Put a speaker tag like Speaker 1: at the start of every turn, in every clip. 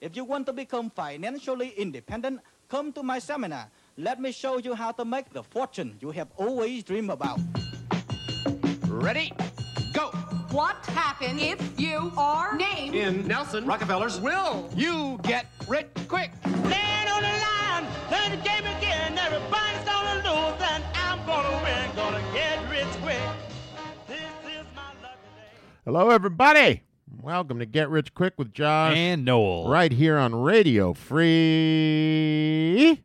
Speaker 1: If you want to become financially independent, come to my seminar. Let me show you how to make the fortune you have always dreamed about.
Speaker 2: Ready? Go!
Speaker 3: What happens if you are named
Speaker 2: In Nelson Rockefeller's will, you get rich quick.
Speaker 4: Land on the line, play the game again. Everybody's gonna lose, and I'm gonna win. Gonna get rich quick. This is my lucky day.
Speaker 5: Hello, everybody. Welcome to Get Rich Quick with Josh.
Speaker 6: and Noel.
Speaker 5: right here on Radio Free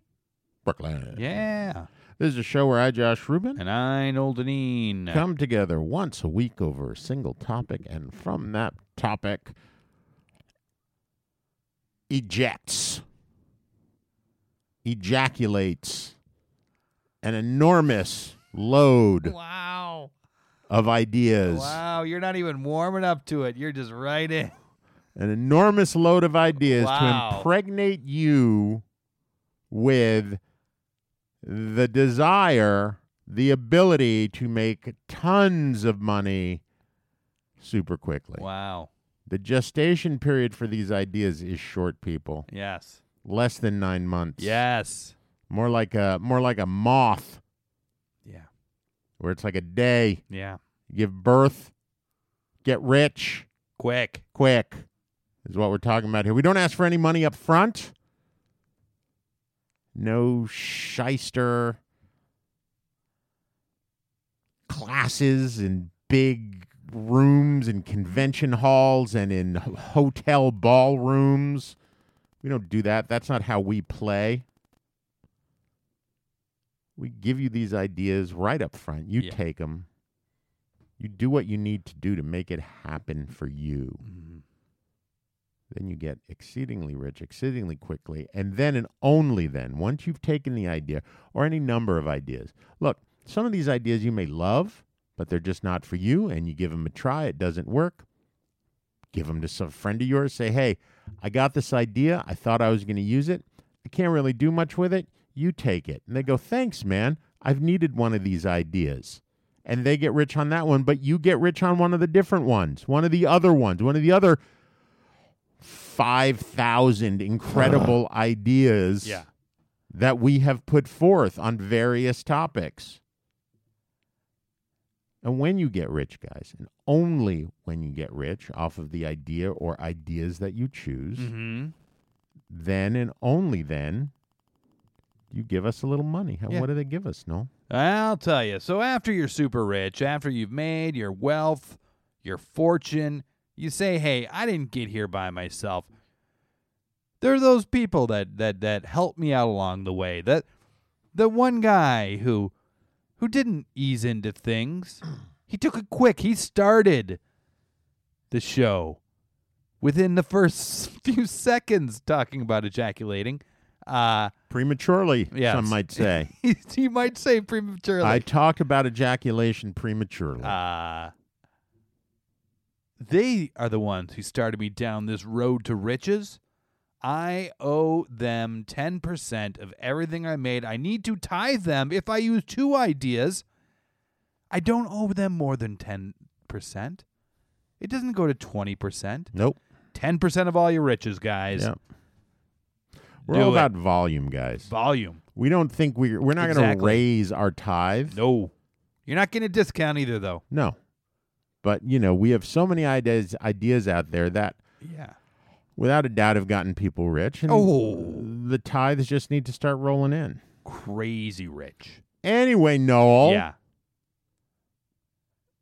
Speaker 5: Brooklyn.
Speaker 6: Yeah.
Speaker 5: This is a show where I, Josh Rubin,
Speaker 6: And uh, I, Noel Deneen.
Speaker 5: come together once a week over a single topic, and from that topic, ejects, ejaculates an enormous load
Speaker 6: Wow.
Speaker 5: of ideas.
Speaker 6: Wow. You're not even warming up to it. You're just right in.
Speaker 5: an enormous load of ideas
Speaker 6: Wow.
Speaker 5: to impregnate you with the desire, the ability to make tons of money super quickly.
Speaker 6: Wow.
Speaker 5: The gestation period for these ideas is short, people.
Speaker 6: Yes.
Speaker 5: Less than 9 months.
Speaker 6: Yes.
Speaker 5: More like a more like a moth
Speaker 6: Yeah.
Speaker 5: where it's like a day,
Speaker 6: Yeah.
Speaker 5: give birth, get rich,
Speaker 6: Quick.
Speaker 5: quick is what we're talking about here. We don't ask for any money up front. No shyster classes in big rooms and convention halls and in h- hotel ballrooms. We don't do that. That's not how we play. We give you these ideas right up front. You
Speaker 6: Yeah.
Speaker 5: take them. You do what you need to do to make it happen for you
Speaker 6: Mhm.
Speaker 5: then you get exceedingly rich exceedingly quickly and then and only then once you've taken the idea or any number of ideas look some of these ideas you may love but they're just not for you and you give them a try it doesn't work give them to some friend of yours say hey i got this idea i thought i was going to use it i can't really do much with it you take it and they go thanks man i've needed one of these ideas and they get rich on that one but you get rich on one of the different ones one of the other ones one of the other 5,000 incredible ideas
Speaker 6: Yeah.
Speaker 5: that we have put forth on various topics. And when you get rich, guys, and only when you get rich off of the idea or ideas that you choose,
Speaker 6: Mm-hmm.
Speaker 5: then and only then you give us a little money. How,
Speaker 6: Yeah.
Speaker 5: What do they give us, no?
Speaker 6: I'll tell you. So after you're super rich, after you've made your wealth, your fortune, you say, "Hey, I didn't get here by myself." There are those people that that that helped me out along the way. That the one guy who who didn't ease into things. He took it quick. He started the show within the first few seconds talking about ejaculating. Uh
Speaker 5: Prematurely,
Speaker 6: Yes.
Speaker 5: some might say.
Speaker 6: he, he might say prematurely.
Speaker 5: I talk about ejaculation prematurely.
Speaker 6: Uh, they are the ones who started me down this road to riches. I owe them 10% of everything I made. I need to tithe them if I use two ideas. I don't owe them more than 10%. It doesn't go to 20%.
Speaker 5: nope.
Speaker 6: 10% of all your riches, guys.
Speaker 5: Yeah. We're
Speaker 6: Do
Speaker 5: all
Speaker 6: it.
Speaker 5: about volume, guys.
Speaker 6: Volume.
Speaker 5: We don't think we're we're not going to
Speaker 6: Exactly.
Speaker 5: raise our tithe.
Speaker 6: No. You're not getting a discount either, though.
Speaker 5: No. But you know, we have so many ideas ideas out there that
Speaker 6: Yeah.
Speaker 5: without a doubt have gotten people rich and
Speaker 6: Oh.
Speaker 5: the tithes just need to start rolling in.
Speaker 6: Crazy rich.
Speaker 5: Anyway, Noel,
Speaker 6: Yeah.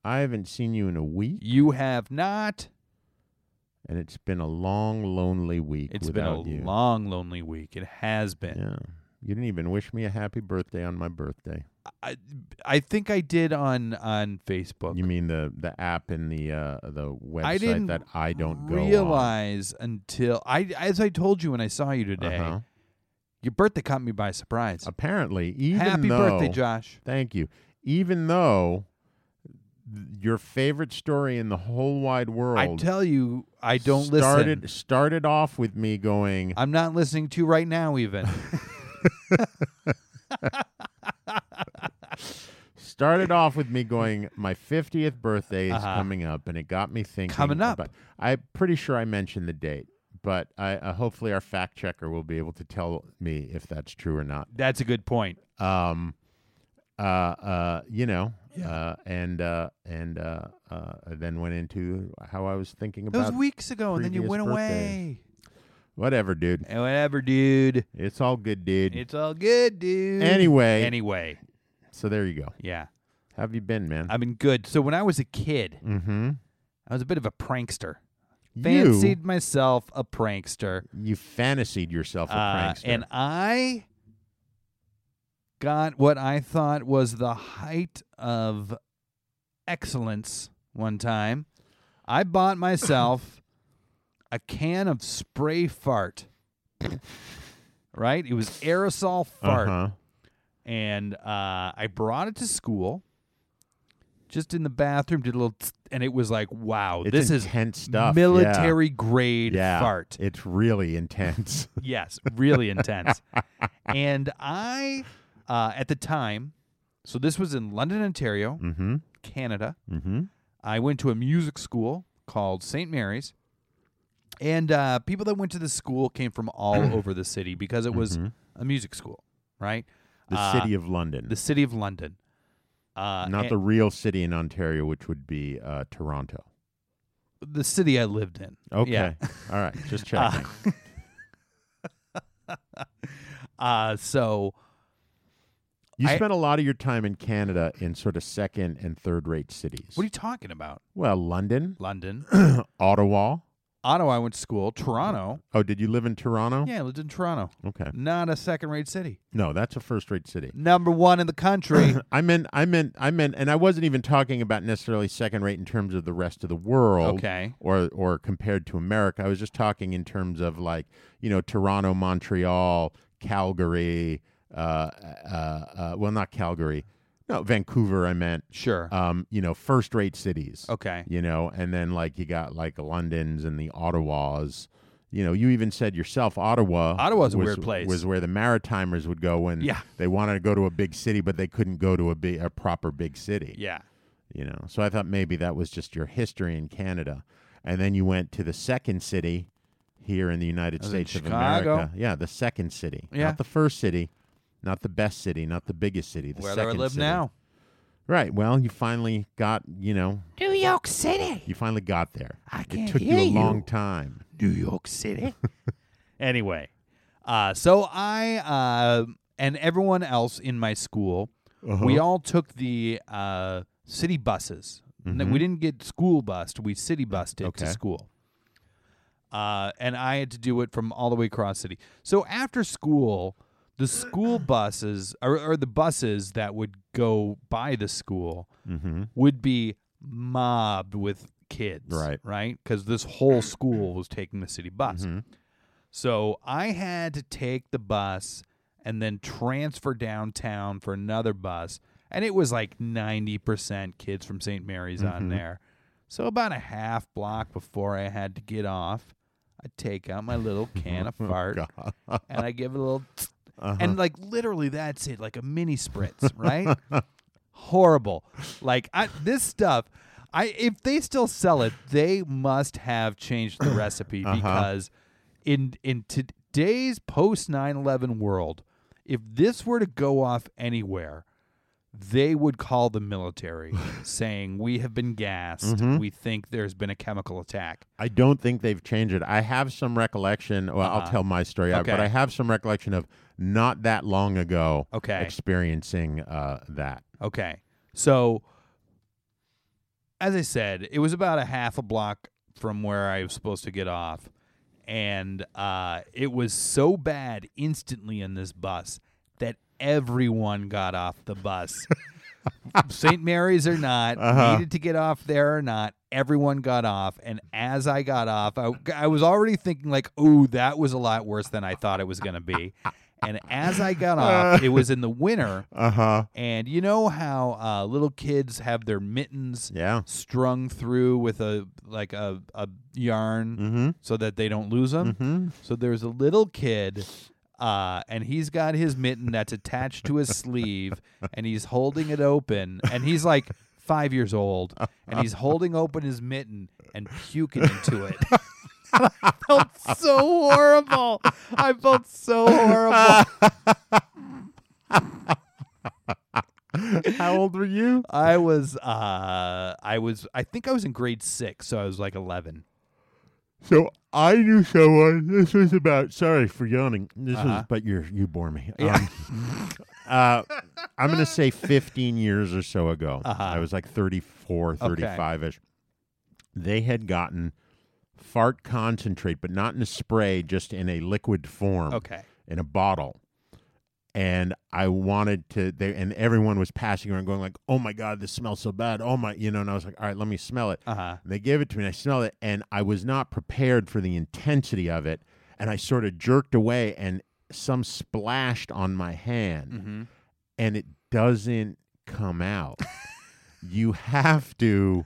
Speaker 5: I haven't seen you in a week
Speaker 6: You have not.
Speaker 5: and it's been a long lonely week
Speaker 6: It's been a
Speaker 5: without you.
Speaker 6: long, lonely week. It has been.
Speaker 5: yeah. You didn't even wish me a happy birthday on my birthday.
Speaker 6: I, I think I did on on Facebook.
Speaker 5: You mean the the app and the uh the website
Speaker 6: I didn't
Speaker 5: that I don't go on?
Speaker 6: realize until I, as I told you when I saw you today,
Speaker 5: Uh-huh.
Speaker 6: your birthday caught me by surprise.
Speaker 5: Apparently, even
Speaker 6: Happy
Speaker 5: though
Speaker 6: birthday, Josh!
Speaker 5: Thank you. Even though th- your favorite story in the whole wide world
Speaker 6: I tell you, I don't
Speaker 5: started
Speaker 6: listen. Uh,
Speaker 5: started off with me going
Speaker 6: I'm not listening to you right now, even.
Speaker 5: started off with me going my 50th birthday is
Speaker 6: eh. Uh-huh.
Speaker 5: coming up and it got me thinking
Speaker 6: Coming up.
Speaker 5: about- I'm pretty sure I mentioned the date But I uh, hopefully our fact checker will be able to tell me if that's true or not.
Speaker 6: That's a good point.
Speaker 5: Um, uh, uh, you know, uh, and uh, and uh, uh, then went into how I was thinking
Speaker 6: That
Speaker 5: about
Speaker 6: was weeks ago, and then you
Speaker 5: previous
Speaker 6: went
Speaker 5: birthdays.
Speaker 6: away.
Speaker 5: whatever, dude.
Speaker 6: And whatever, dude.
Speaker 5: It's all good, dude.
Speaker 6: It's all good, dude.
Speaker 5: Anyway.
Speaker 6: Anyway.
Speaker 5: so there you go.
Speaker 6: Yeah.
Speaker 5: How have you been, man?
Speaker 6: I've been good. So when I was a kid,
Speaker 5: mm-hmm.
Speaker 6: I was a bit of a prankster.
Speaker 5: you,
Speaker 6: Fancied myself a prankster.
Speaker 5: you fantasied yourself a
Speaker 6: Uh,
Speaker 5: prankster.
Speaker 6: and I got what I thought was the height of excellence one time. I bought myself a can of spray fart. right? It was aerosol fart.
Speaker 5: Uh-huh.
Speaker 6: And uh, I brought it to school. Just in the bathroom, did a little, tss, and it was like, wow,
Speaker 5: It's
Speaker 6: this
Speaker 5: intense
Speaker 6: is
Speaker 5: stuff. Yeah.
Speaker 6: military grade
Speaker 5: yeah,
Speaker 6: fart.
Speaker 5: It's really intense.
Speaker 6: Yes, really intense. and I, uh, at the time, so this was in London, Ontario,
Speaker 5: mm-hmm.
Speaker 6: Canada.
Speaker 5: Mm-hmm.
Speaker 6: I went to a music school called St. Mary's. And uh, people that went to this school came from all over the city because it was a music school, right?
Speaker 5: Mm-hmm. The
Speaker 6: Uh,
Speaker 5: city of London,
Speaker 6: the city of London. Uh,
Speaker 5: not
Speaker 6: a-
Speaker 5: the real city in Ontario, which would be uh, Toronto.
Speaker 6: the city I lived in.
Speaker 5: Okay.
Speaker 6: Yeah.
Speaker 5: All right. Just checking.
Speaker 6: Uh, so
Speaker 5: you
Speaker 6: I-
Speaker 5: spent a lot of your time in Canada in sort of second and third rate cities.
Speaker 6: what are you talking about?
Speaker 5: well, London,
Speaker 6: London,
Speaker 5: Ottawa.
Speaker 6: Ottawa. I went to school. Toronto.
Speaker 5: Oh, did you live in Toronto?
Speaker 6: Yeah, I lived in Toronto.
Speaker 5: Okay.
Speaker 6: Not a second-rate city.
Speaker 5: No, that's a first rate city.
Speaker 6: number one in the country.
Speaker 5: I meant, I meant, I meant, and I wasn't even talking about necessarily second rate in terms of the rest of the world,
Speaker 6: Okay.
Speaker 5: or or compared to America. I was just talking in terms of like you know Toronto, Montreal, Calgary, uh, uh, uh well, not Calgary, no, Vancouver. I meant,
Speaker 6: sure.
Speaker 5: um, you know, first rate cities.
Speaker 6: okay.
Speaker 5: you know, and then like you got like London's and the Ottawas. You know, you even said yourself, Ottawa.
Speaker 6: Ottawa's a
Speaker 5: was,
Speaker 6: weird place.
Speaker 5: Was where the Maritimers would go when
Speaker 6: Yeah.
Speaker 5: they wanted to go to a big city, but they couldn't go to a big, a proper big city.
Speaker 6: Yeah.
Speaker 5: You know, so I thought maybe that was just your history in Canada, and then you went to the second city here in the United
Speaker 6: was in
Speaker 5: States of
Speaker 6: Chicago.
Speaker 5: America. Yeah, the second city,
Speaker 6: Yeah.
Speaker 5: not the first city, not the best city, not the biggest city. The
Speaker 6: Where do I
Speaker 5: second
Speaker 6: live
Speaker 5: city.
Speaker 6: now?
Speaker 5: Right. Well, you finally got, you know,
Speaker 6: New York City.
Speaker 5: you finally got there.
Speaker 6: I
Speaker 5: it
Speaker 6: can't
Speaker 5: took you
Speaker 6: hear
Speaker 5: a
Speaker 6: you.
Speaker 5: long time.
Speaker 6: New York City. anyway, uh, so I uh, and everyone else in my school,
Speaker 5: Uh-huh.
Speaker 6: we all took the uh, city buses. No, We didn't get school bused; we city bused
Speaker 5: Mm-hmm. Okay.
Speaker 6: to school. Uh, and I had to do it from all the way across city. So after school, the school buses or, or the buses that would go by the school
Speaker 5: Mm-hmm.
Speaker 6: would be mobbed with kids,
Speaker 5: Right. Mm-hmm.
Speaker 6: Right, because this whole school was taking the city bus. So I had to take the bus and then transfer downtown for another bus, and it was like ninety percent kids from St. Mary's on there. So about a half block before I had to get off, I take out my little can of fart and I give it a little, tsk. and like literally that's it, like a mini spritz, right? Horrible. Like I, this stuff, I if they still sell it, they must have changed the recipe because in in today's post 9/11 world, if this were to go off anywhere, they would call the military saying we have been gassed. We think there's been a chemical attack.
Speaker 5: I don't think they've changed it. I have some recollection. Well, I'll tell my story, I- but
Speaker 6: Uh-huh. Okay.
Speaker 5: I have some recollection of not that long ago
Speaker 6: Okay.
Speaker 5: experiencing uh, that.
Speaker 6: Okay. So, as I said, it was about a half a block from where I was supposed to get off. And uh, it was so bad instantly in this bus that everyone got off the bus. St. Mary's or not, needed to get off there or not, everyone got off. And as I got off, I, I was already thinking like, "Ooh, that was a lot worse than I thought it was going to be." And as I got off, it was in the winter,
Speaker 5: Uh huh.
Speaker 6: and you know how uh, little kids have their mittens
Speaker 5: Yeah.
Speaker 6: strung through with a like a, a yarn so that they don't lose them. So there's a little kid, uh, and he's got his mitten that's attached to his sleeve, and he's holding it open, and he's like five years old, and he's holding open his mitten and puking into it. felt so horrible. I felt so horrible.
Speaker 5: How old were you?
Speaker 6: I was uh I was I think I was in grade 6, so I was like 11.
Speaker 5: So I knew someone. This was about. Sorry for yawning. This
Speaker 6: Uh-huh.
Speaker 5: was, but you are you bore me. Um, uh, I'm gonna say 15 years or so ago.
Speaker 6: Uh-huh.
Speaker 5: I was like 34,
Speaker 6: Okay.
Speaker 5: 35 ish. They had gotten fart concentrate, but not in a spray, just in a liquid form.
Speaker 6: Okay.
Speaker 5: in a bottle. And I wanted to, they, and everyone was passing around going like, oh my God, this smells so bad. Oh my, you know, and I was like, all right, let me smell it.
Speaker 6: Uh-huh.
Speaker 5: And they gave it to me and I smelled it and I was not prepared for the intensity of it. And I sort of jerked away and some splashed on my hand
Speaker 6: Mhm.
Speaker 5: and it doesn't come out. you have to,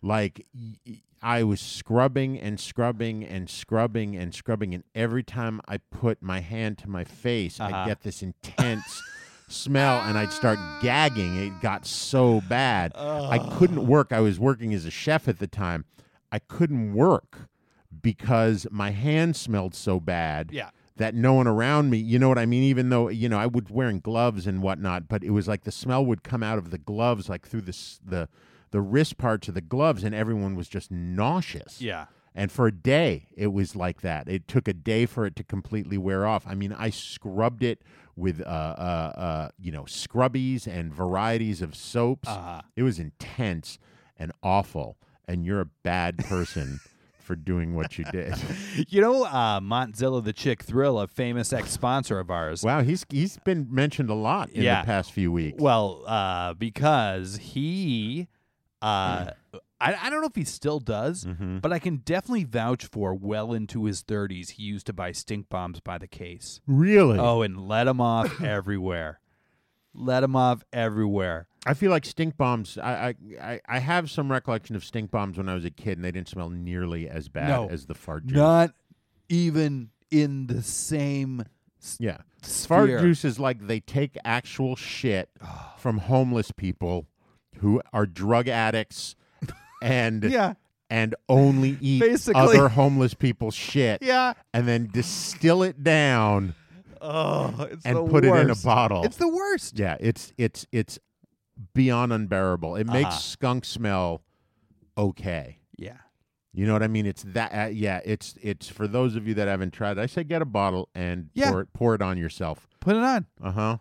Speaker 5: like, y- y- I was scrubbing and scrubbing and scrubbing and scrubbing, and every time I put my hand to my face,
Speaker 6: Uh-huh.
Speaker 5: I get this intense smell, and I'd start gagging. It got so bad, I couldn't work. I was working as a chef at the time. I couldn't work because my hand smelled so bad
Speaker 6: Yeah.
Speaker 5: that no one around me, you know what I mean? Even though, you know, I was wearing gloves and whatnot, but it was like the smell would come out of the gloves, like through the, s- the, the wrist parts of the gloves, and everyone was just nauseous.
Speaker 6: Yeah.
Speaker 5: And for a day, it was like that. It took a day for it to completely wear off. I mean, I scrubbed it with, uh, uh, uh, you know, scrubbies and varieties of soaps.
Speaker 6: Uh-huh.
Speaker 5: It was intense and awful. And you're a bad person for doing what you did.
Speaker 6: You know, uh, Montzilla the Chick Thrill, a famous ex sponsor of ours.
Speaker 5: Wow, he's he's been mentioned a lot in
Speaker 6: Yeah.
Speaker 5: the past few weeks.
Speaker 6: Well, uh, because he, uh,
Speaker 5: Mm.
Speaker 6: I, I don't know if he still does,
Speaker 5: Mm-hmm.
Speaker 6: but I can definitely vouch for well into his 30s, he used to buy stink bombs by the case.
Speaker 5: really,
Speaker 6: Oh, and let them off everywhere. Let them off everywhere.
Speaker 5: I feel like stink bombs. I, I- I I have some recollection of stink bombs when I was a kid, and they didn't smell nearly as bad
Speaker 6: No.
Speaker 5: as the fart juice.
Speaker 6: Not even in the same. s-
Speaker 5: Yeah,
Speaker 6: Sphere.
Speaker 5: fart juice is like they take actual shit from homeless people who are drug addicts, and
Speaker 6: Yeah.
Speaker 5: and only eat
Speaker 6: Basically.
Speaker 5: other homeless people's shit.
Speaker 6: Yeah.
Speaker 5: and then distill it down.
Speaker 6: Oh, it's
Speaker 5: And
Speaker 6: the
Speaker 5: put it in a
Speaker 6: worst.
Speaker 5: bottle.
Speaker 6: It's the worst.
Speaker 5: Yeah, it's it's it's beyond unbearable. It makes
Speaker 6: Uh-huh.
Speaker 5: skunk smell okay.
Speaker 6: Yeah.
Speaker 5: You know what I mean? It's that. Uh, yeah, it's it's for those of you that haven't tried. it, I say get a bottle and
Speaker 6: Yeah.
Speaker 5: pour it pour it on yourself.
Speaker 6: Put it on.
Speaker 5: Uh huh.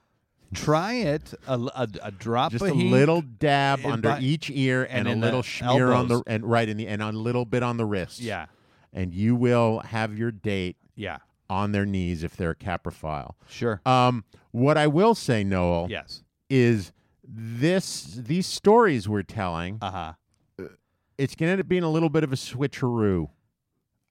Speaker 6: Try it. A, l- a- a drop
Speaker 5: Just
Speaker 6: of
Speaker 5: a
Speaker 6: heat.
Speaker 5: little dab
Speaker 6: and
Speaker 5: under
Speaker 6: by-
Speaker 5: each ear and,
Speaker 6: and in
Speaker 5: a
Speaker 6: the
Speaker 5: little smear on the
Speaker 6: elbows.
Speaker 5: and right in the and a little bit on the wrist.
Speaker 6: Yeah.
Speaker 5: and you will have your date
Speaker 6: Yeah.
Speaker 5: on their knees if they're a caprophile.
Speaker 6: Sure.
Speaker 5: Um, what I will say, Noel,
Speaker 6: yes.
Speaker 5: is this these stories we're telling
Speaker 6: Uh huh.
Speaker 5: it's going to end up being a little bit of a switcheroo,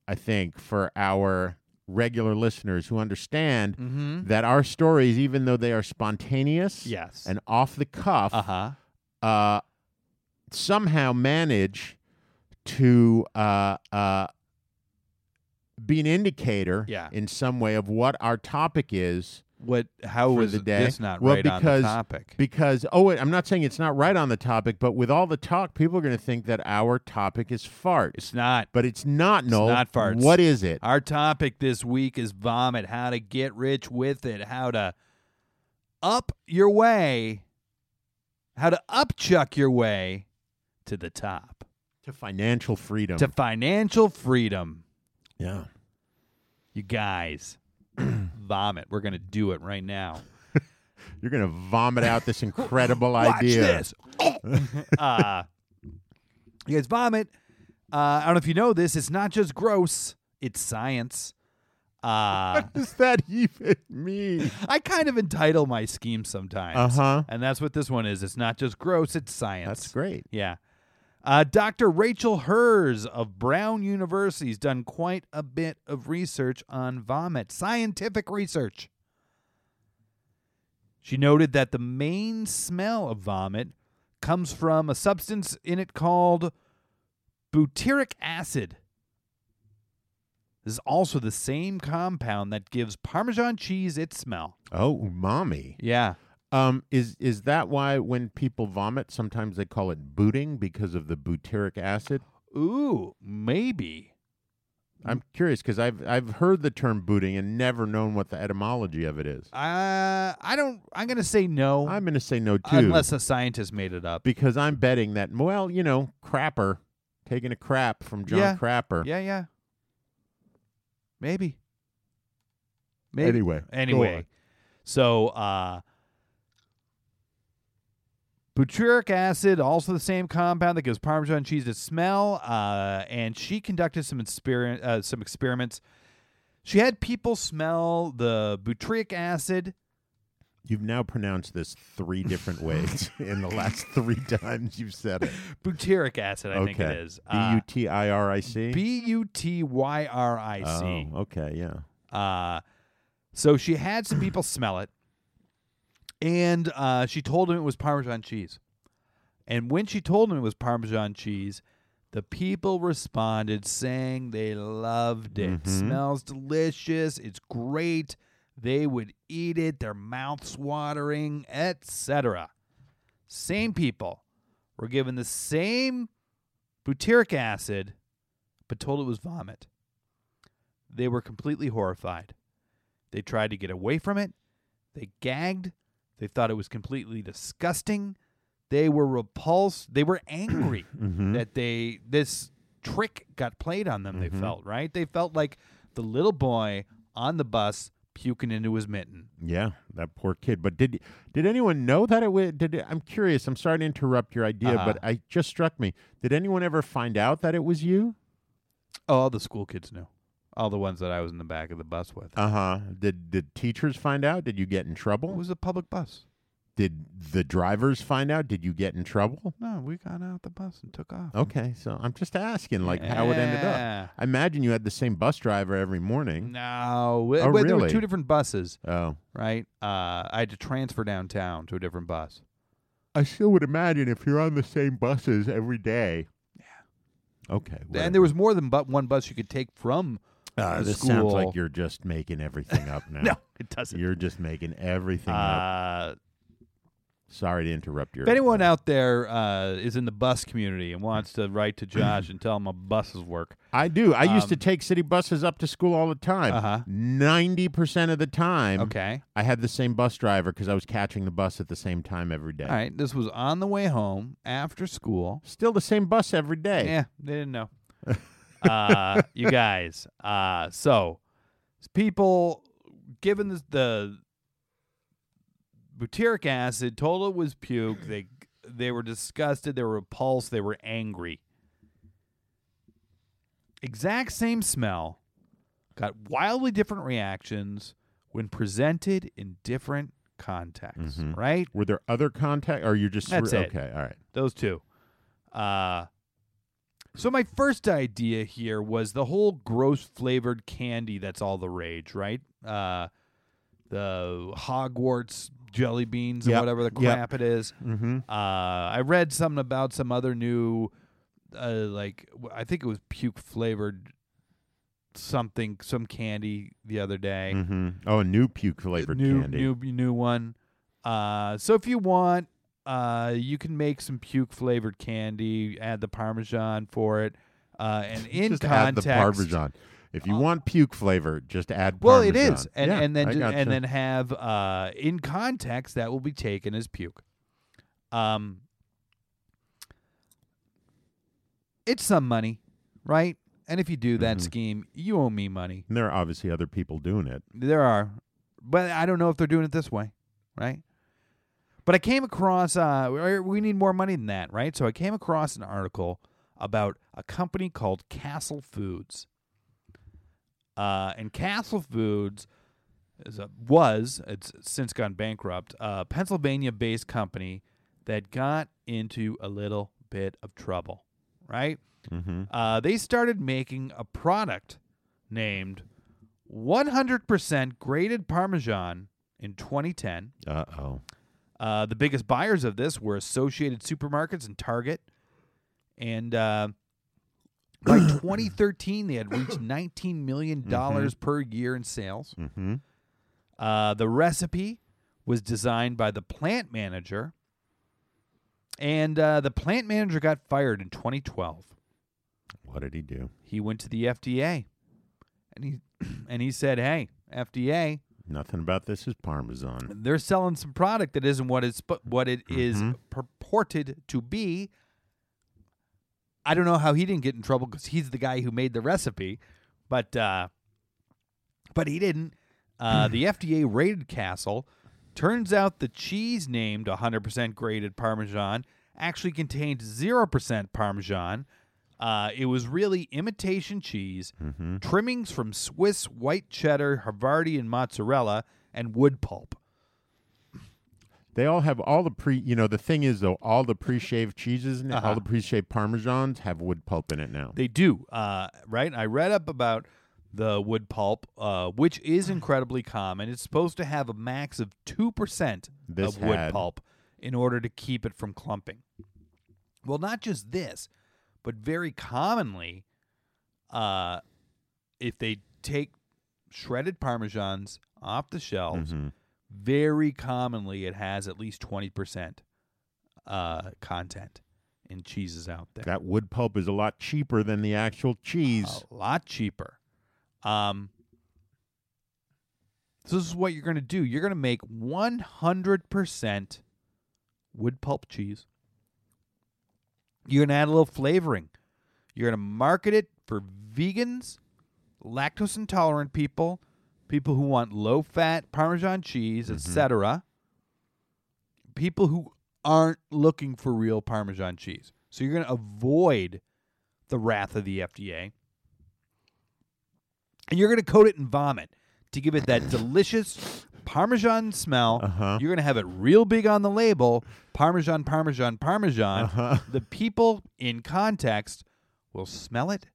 Speaker 5: I think, for our regular listeners who understand
Speaker 6: Mm-hmm.
Speaker 5: that our stories, even though they are spontaneous
Speaker 6: Yes.
Speaker 5: and off the cuff,
Speaker 6: uh huh.
Speaker 5: uh, somehow manage to uh, uh, be an indicator
Speaker 6: Yeah.
Speaker 5: in some way of what our topic is.
Speaker 6: What? How
Speaker 5: for
Speaker 6: was
Speaker 5: the day.
Speaker 6: this not
Speaker 5: well,
Speaker 6: right
Speaker 5: because,
Speaker 6: on the topic?
Speaker 5: Because oh, wait, I'm not saying it's not right on the topic, but with all the talk, people are going to think that our topic is farts.
Speaker 6: it's not.
Speaker 5: But it's not no.
Speaker 6: not farts.
Speaker 5: What is it?
Speaker 6: Our topic this week is vomit. How to get rich with it. How to up your way. How to upchuck your way to the top
Speaker 5: to financial freedom.
Speaker 6: to financial freedom.
Speaker 5: yeah.
Speaker 6: You guys, vomit. We're gonna do it right now.
Speaker 5: You're going to vomit out this incredible idea.
Speaker 6: Watch this. uh, you guys vomit. Uh, I don't know if you know this. It's not just gross. It's science. Uh,
Speaker 5: What does that even mean?
Speaker 6: I kind of entitle my scheme sometimes.
Speaker 5: Uh-huh.
Speaker 6: And that's what this one is. It's not just gross. It's science.
Speaker 5: That's great.
Speaker 6: Yeah. Uh, Dr. Rachel Hers of Brown University has done quite a bit of research on vomit, scientific research. She noted that the main smell of vomit comes from a substance in it called butyric acid. This is also the same compound that gives Parmesan cheese its smell.
Speaker 5: Oh, mommy.
Speaker 6: Yeah.
Speaker 5: Um, is is that why when people vomit, sometimes they call it booting because of the butyric acid?
Speaker 6: Ooh, maybe.
Speaker 5: I'm curious because I've I've heard the term booting and never known what the etymology of it is.
Speaker 6: Uh, I don't. I'm gonna say no,
Speaker 5: I'm going to say no too,
Speaker 6: Oh. Uh, unless a scientist made it up.
Speaker 5: because I'm betting that well, you know, crapper, taking a crap from John
Speaker 6: Yeah.
Speaker 5: Crapper.
Speaker 6: Yeah, yeah. Maybe. Maybe.
Speaker 5: Anyway, go on.
Speaker 6: Anyway. So uh butyric acid, also the same compound that gives Parmesan cheese its smell, uh, and she conducted some exper- uh, some experiments. She had people smell the butyric acid.
Speaker 5: You've now pronounced this three different ways in the last three times you've said it.
Speaker 6: Butyric acid, I think it is. Uh,
Speaker 5: B U T I R I C.
Speaker 6: B U T Y R I C.
Speaker 5: Oh, okay, yeah.
Speaker 6: Uh, so she had some people smell it, and uh, she told him it was Parmesan cheese. And when she told him it was Parmesan cheese, the people responded saying they loved it. Smells delicious. It's great. They would eat it. Their mouths watering, etc. Same people were given the same butyric acid, but told it was vomit they were completely horrified. They tried to get away from it. They gagged. They thought it was completely disgusting. They were repulsed. They were angry that they this trick got played on them. They felt right. They felt like the little boy on the bus puking into his mitten.
Speaker 5: Yeah, that poor kid. But did did anyone know that it was? Did it, I'm curious. I'm sorry to interrupt your idea,
Speaker 6: Uh-huh.
Speaker 5: but I just struck me. Did anyone ever find out that it was you?
Speaker 6: Oh, all the school kids knew. All the ones that I was in the back of the bus with.
Speaker 5: Uh huh. Did did teachers find out? Did you get in
Speaker 6: It
Speaker 5: trouble?
Speaker 6: Uh-huh. was a public bus.
Speaker 5: did the drivers find out? Did you get in trouble?
Speaker 6: No, we got out the bus and took off.
Speaker 5: Okay, so I'm just asking, like how it ended
Speaker 6: Yeah.
Speaker 5: up. I imagine you had the same bus driver every morning.
Speaker 6: No, w-
Speaker 5: Oh,
Speaker 6: w- there were
Speaker 5: really?
Speaker 6: two different buses.
Speaker 5: Oh,
Speaker 6: right? Uh, I had to transfer downtown to a different bus.
Speaker 5: I still would imagine if you're on the same buses every day. Yeah. Okay.
Speaker 6: And there was more than but one bus you could take from
Speaker 5: Uh,
Speaker 6: the
Speaker 5: this
Speaker 6: school.
Speaker 5: sounds like you're just making everything up now.
Speaker 6: no, it doesn't.
Speaker 5: You're just making everything up.
Speaker 6: uh,
Speaker 5: Sorry to interrupt your.
Speaker 6: if anyone out there uh, is in the bus community and wants to write to Josh and tell him my buses work,
Speaker 5: I do. I used to take city buses up to school all the
Speaker 6: um, Uh-huh.
Speaker 5: time. 90 percent of the time,
Speaker 6: okay.
Speaker 5: I had the same bus driver because I was catching the bus at the same time every day.
Speaker 6: All right, this was on the way home after school.
Speaker 5: Still the same bus every day.
Speaker 6: Yeah, they didn't know. uh, you guys, uh, so people given the, the butyric acid, told it was puke. They they were disgusted. They were repulsed. They were angry. Exact same smell, got wildly different reactions when presented in different contexts. Right?
Speaker 5: Were there other contact, or you're just
Speaker 6: That's it.
Speaker 5: okay? All right.
Speaker 6: Those two. Uh, so my first idea here was the whole gross flavored candy that's all the rage, right? Uh, the Hogwarts jelly beans and
Speaker 5: Yep,
Speaker 6: whatever the
Speaker 5: yep.
Speaker 6: crap it is.
Speaker 5: Mm-hmm.
Speaker 6: Uh, I read something about some other new, uh, like w- I think it was puke flavored something, some candy the other day
Speaker 5: Mm-hmm. Oh, a new puke flavored
Speaker 6: new,
Speaker 5: candy.
Speaker 6: New new one. Uh, so if you want, uh, you can make some puke flavored candy. Add the parmesan for it. Uh, and in
Speaker 5: just add
Speaker 6: context, Oh.
Speaker 5: the parmesan. If you want puke flavor, just add.
Speaker 6: well, it
Speaker 5: Parmesan.
Speaker 6: is, and
Speaker 5: Yeah,
Speaker 6: and then
Speaker 5: I
Speaker 6: ju-
Speaker 5: gotcha.
Speaker 6: and then have uh, in context that will be taken as puke. Um, it's some money, right? And if you do that
Speaker 5: Mm-hmm.
Speaker 6: scheme, you owe me money.
Speaker 5: And there are obviously other people doing it.
Speaker 6: There are, but I don't know if they're doing it this way, right? But I came across uh, we- we need more money than that, right? So I came across an article about a company called Castle Foods, uh, and Castle Foods is a, was it's since gone bankrupt, a Pennsylvania-based company that got into a little bit of trouble, right? Uh, they started making a product named 100% grated Parmesan in 2010.
Speaker 5: Uh oh.
Speaker 6: Uh, the biggest buyers of this were Associated Supermarkets and Target. And uh, by 2013, they had reached $19 million per year in sales.
Speaker 5: Mm-hmm.
Speaker 6: Uh, the recipe was designed by the plant manager, and uh, the plant manager got fired in 2012.
Speaker 5: What did he do?
Speaker 6: He went to the FDA and he and he said, "Hey, FDA,
Speaker 5: Nothing about this is Parmesan.
Speaker 6: they're selling some product that isn't what it's sp- what it is purported to be." I don't know how he didn't get in trouble because he's the guy who made the recipe, but uh, but he didn't. Uh, the FDA raided Castle. Turns out the cheese named 100% graded Parmesan actually contained 0% Parmesan. Uh, it was really imitation cheese, trimmings from Swiss white cheddar, Havarti, and mozzarella, and wood pulp.
Speaker 5: They all have all the pre. You know, the thing is though, all the pre-shaved cheeses, now, all the pre-shaved Parmesans have wood pulp in it now.
Speaker 6: Uh-huh. They do, uh, right? I read up about the wood pulp, uh, which is incredibly common. It's supposed to have a max of 2%
Speaker 5: This
Speaker 6: of wood
Speaker 5: had-
Speaker 6: pulp in order to keep it from clumping. Well, not just this, but very commonly, uh, if they take shredded parmesans off the shelves,
Speaker 5: Mm-hmm.
Speaker 6: very commonly it has at least 20% uh, content in cheeses out there.
Speaker 5: that wood pulp is a lot cheaper than the actual cheese.
Speaker 6: A lot cheaper. Um, so this is what you're going to do. You're going to make 100% wood pulp cheese. You're going to add a little flavoring. You're going to market it for vegans, lactose intolerant people, people who want low fat parmesan cheese, etc. People who aren't looking for real parmesan cheese. So you're going to avoid the wrath of the FDA. And you're going to coat it in vomit to give it that delicious Parmesan smell.
Speaker 5: Uh-huh.
Speaker 6: You're going to have it real big on the label Parmesan, Parmesan, Parmesan.
Speaker 5: Uh-huh.
Speaker 6: The people in context will smell it,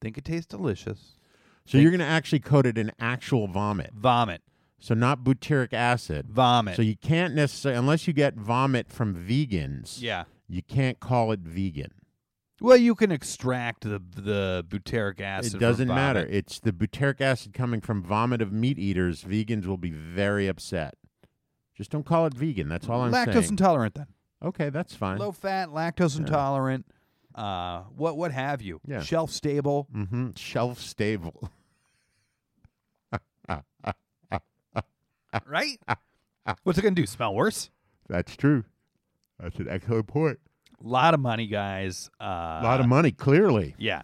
Speaker 6: think it tastes delicious,
Speaker 5: So you're going to actually coat it in actual vomit.
Speaker 6: vomit,
Speaker 5: So not butyric acid.
Speaker 6: vomit.
Speaker 5: So you can't necessarily unless you get vomit from vegans.
Speaker 6: yeah.
Speaker 5: You can't call it vegan.
Speaker 6: Well, you can extract the the butyric acid.
Speaker 5: it
Speaker 6: from
Speaker 5: doesn't
Speaker 6: vomit.
Speaker 5: matter. It's the butyric acid coming from vomit of meat eaters. Vegans will be very upset. Just don't call it vegan. That's all I'm
Speaker 6: Lactose
Speaker 5: saying.
Speaker 6: intolerant, then.
Speaker 5: okay, that's fine.
Speaker 6: Low fat, lactose intolerant, uh, what what have you?
Speaker 5: Yeah.
Speaker 6: Shelf stable.
Speaker 5: hmm Shelf stable. Mm.
Speaker 6: right? What's it gonna do? Smell worse?
Speaker 5: That's true. That's an excellent point.
Speaker 6: A lot of money, guys. Uh,
Speaker 5: A lot of money, clearly.
Speaker 6: yeah.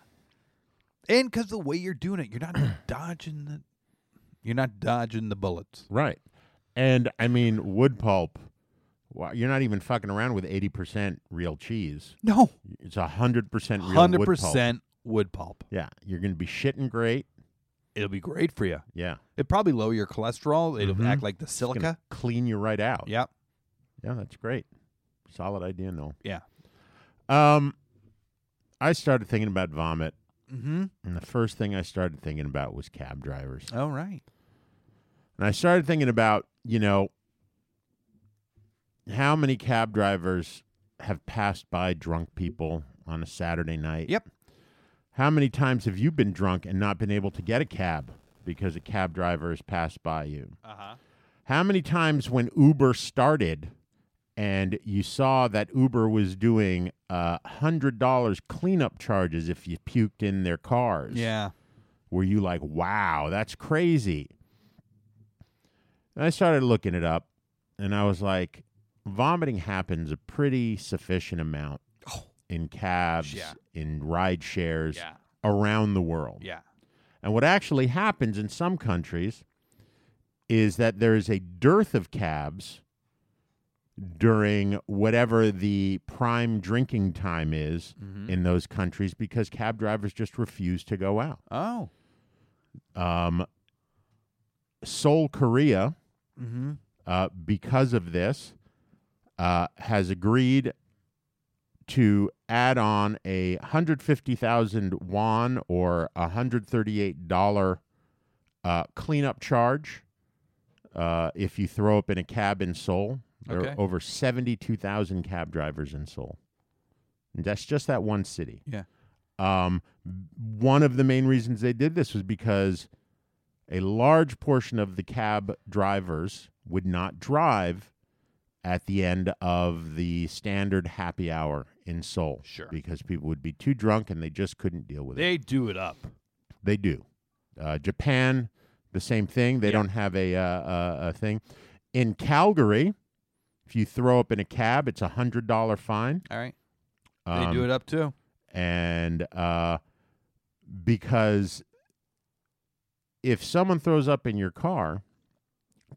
Speaker 6: And because the way you're doing it, you're not dodging the, you're not dodging the bullets.
Speaker 5: Right. And I mean, wood pulp. Wow, you're not even fucking around with 80% real cheese.
Speaker 6: No,
Speaker 5: It's 100% real
Speaker 6: hundred
Speaker 5: wood pulp.
Speaker 6: percent wood pulp.
Speaker 5: Yeah, you're going to be shitting great.
Speaker 6: It'll be great for you.
Speaker 5: Yeah.
Speaker 6: It'll probably lower your cholesterol. It'll act like the
Speaker 5: It's Mm-hmm. gonna
Speaker 6: silica.
Speaker 5: clean you right out.
Speaker 6: Yep.
Speaker 5: Yeah, that's great. Solid idea, Noel.
Speaker 6: Yeah.
Speaker 5: Um, I started thinking about vomit,
Speaker 6: Mm-hmm. Uh.
Speaker 5: and the first thing I started thinking about was cab drivers.
Speaker 6: All right.
Speaker 5: And I started thinking about, you know, how many cab drivers have passed by drunk people on a Saturday night?
Speaker 6: Yep.
Speaker 5: How many times have you been drunk and not been able to get a cab because a cab driver has passed by you?
Speaker 6: Uh huh.
Speaker 5: How many times when Uber started and you saw that Uber was doing uh, $100 cleanup charges if you puked in their cars?
Speaker 6: Yeah.
Speaker 5: Were you like, wow, that's crazy? And I started looking it up and I was like, vomiting happens a pretty sufficient amount in cabs,
Speaker 6: Oh. Yeah.
Speaker 5: in ride shares
Speaker 6: Yeah.
Speaker 5: around the world.
Speaker 6: Yeah.
Speaker 5: And what actually happens in some countries is that there is a dearth of cabs during whatever the prime drinking time is
Speaker 6: Mm-hmm.
Speaker 5: in those countries because cab drivers just refuse to go out.
Speaker 6: Oh.
Speaker 5: Um, Seoul, Korea,
Speaker 6: Mm-hmm.
Speaker 5: uh, because of this, uh, has agreed to add on a 150,000 won or $138 uh, cleanup charge uh, if you throw up in a cab in Seoul. There
Speaker 6: Okay.
Speaker 5: are over 72,000 cab drivers in Seoul. And that's just that one city.
Speaker 6: Yeah.
Speaker 5: Um, one of the main reasons they did this was because a large portion of the cab drivers would not drive at the end of the standard happy hour in Seoul.
Speaker 6: Sure.
Speaker 5: Because people would be too drunk and they just couldn't deal with it.
Speaker 6: do it up.
Speaker 5: They do. Uh, Japan, the same thing. They don't have a, uh, a a thing. In Calgary, if you throw up in a cab, it's a hundred dollar fine.
Speaker 6: All right. They do
Speaker 5: Um,
Speaker 6: it up too.
Speaker 5: and uh, because if someone throws up in your car,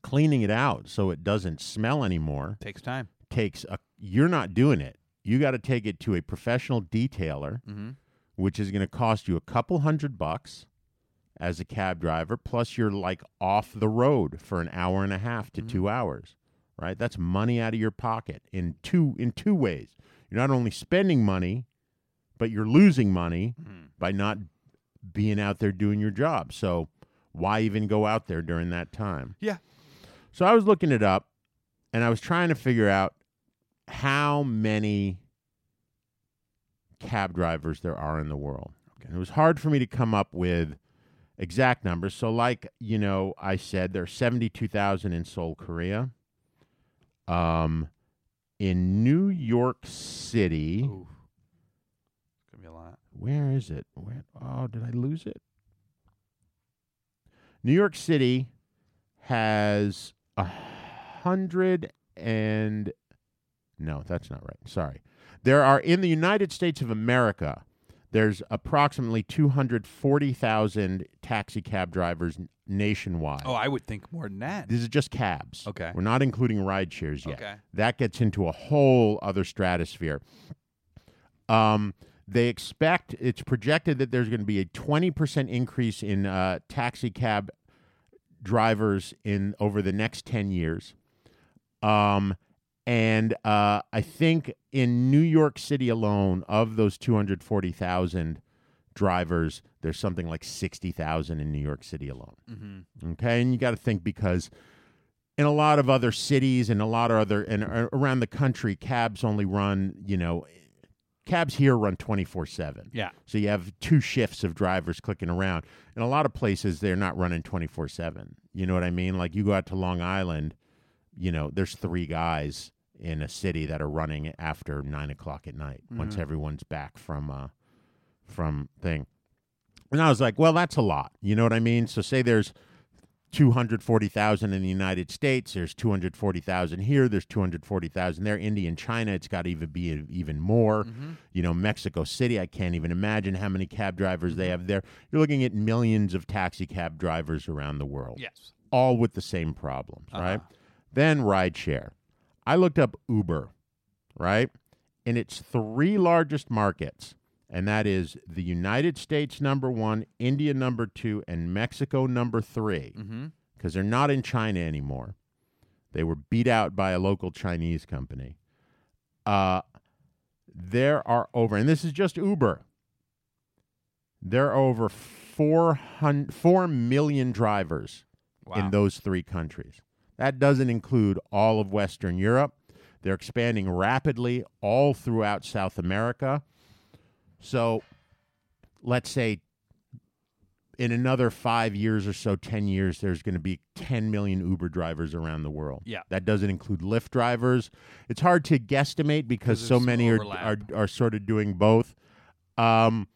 Speaker 5: cleaning it out so it doesn't smell anymore
Speaker 6: Takes time.
Speaker 5: takes a. You're not doing it. You got to take it to a professional detailer,
Speaker 6: Mhm.
Speaker 5: which is going to cost you a couple hundred bucks as a cab driver. Plus, you're like off the road for an hour and a half to two hours. Right, that's money out of your pocket in two in two ways. You're not only spending money, but you're losing money by not being out there doing your job. So why even go out there during that time?
Speaker 6: Yeah.
Speaker 5: So I was looking it up and I was trying to figure out how many cab drivers there are in the world. And it was hard for me to come up with exact numbers. So, like, you know, I said there are 72,000 in Seoul, Korea. Um, in New York City,
Speaker 6: Ooh. Gonna be a lot.
Speaker 5: where is it? Where? Oh, did I lose it? New York City has a hundred and no, that's not right. Sorry. There are in the United States of America. There's approximately two hundred forty thousand taxi cab drivers n- nationwide.
Speaker 6: Oh, I would think more than that.
Speaker 5: These are just cabs.
Speaker 6: Okay.
Speaker 5: We're not including ride shares yet.
Speaker 6: Okay.
Speaker 5: That gets into a whole other stratosphere. Um, they expect, it's projected that there's going to be a 20% increase in uh, taxi cab drivers in over the next 10 years. Um, and uh, I think in New York City alone, of those 240,000 drivers, there's something like 60,000 in New York City alone. Okay. And you got to think because in a lot of other cities and a lot of other, and a- around the country, cabs only run, you know, cabs here run 24 7.
Speaker 6: Yeah.
Speaker 5: So you have two shifts of drivers clicking around. In a lot of places, they're not running 24 7. You know what I mean? Like you go out to Long Island, you know, there's three guys in a city that are running after nine o'clock at night once everyone's back from, uh, from thing. And I was like, well, that's a lot. You know what I mean? So say there's 240,000 in the United States, there's 240,000 here, there's 240,000 there. India and China, it's got to even be even more. You know, Mexico City, I can't even imagine how many cab drivers they have there. You're looking at millions of taxi cab drivers around the world
Speaker 6: Yes.
Speaker 5: all with the same problems, right? Then rideshare. I looked up Uber, right? In its three largest markets, and that is the United States number one, India number two, and Mexico number three, because they're not in China anymore. They were beat out by a local Chinese company. Uh, there are over, and this is just Uber. There are over 400, 4 million drivers in those three countries. That doesn't include all of Western Europe. They're expanding rapidly all throughout South America. So let's say in another five years or so, 10 years, there's going to be 10 million Uber drivers around the world.
Speaker 6: Yeah.
Speaker 5: That doesn't include Lyft drivers. It's hard to guesstimate because
Speaker 6: there's
Speaker 5: so
Speaker 6: some
Speaker 5: many are, are,
Speaker 6: overlap.
Speaker 5: are sort of doing both. Um,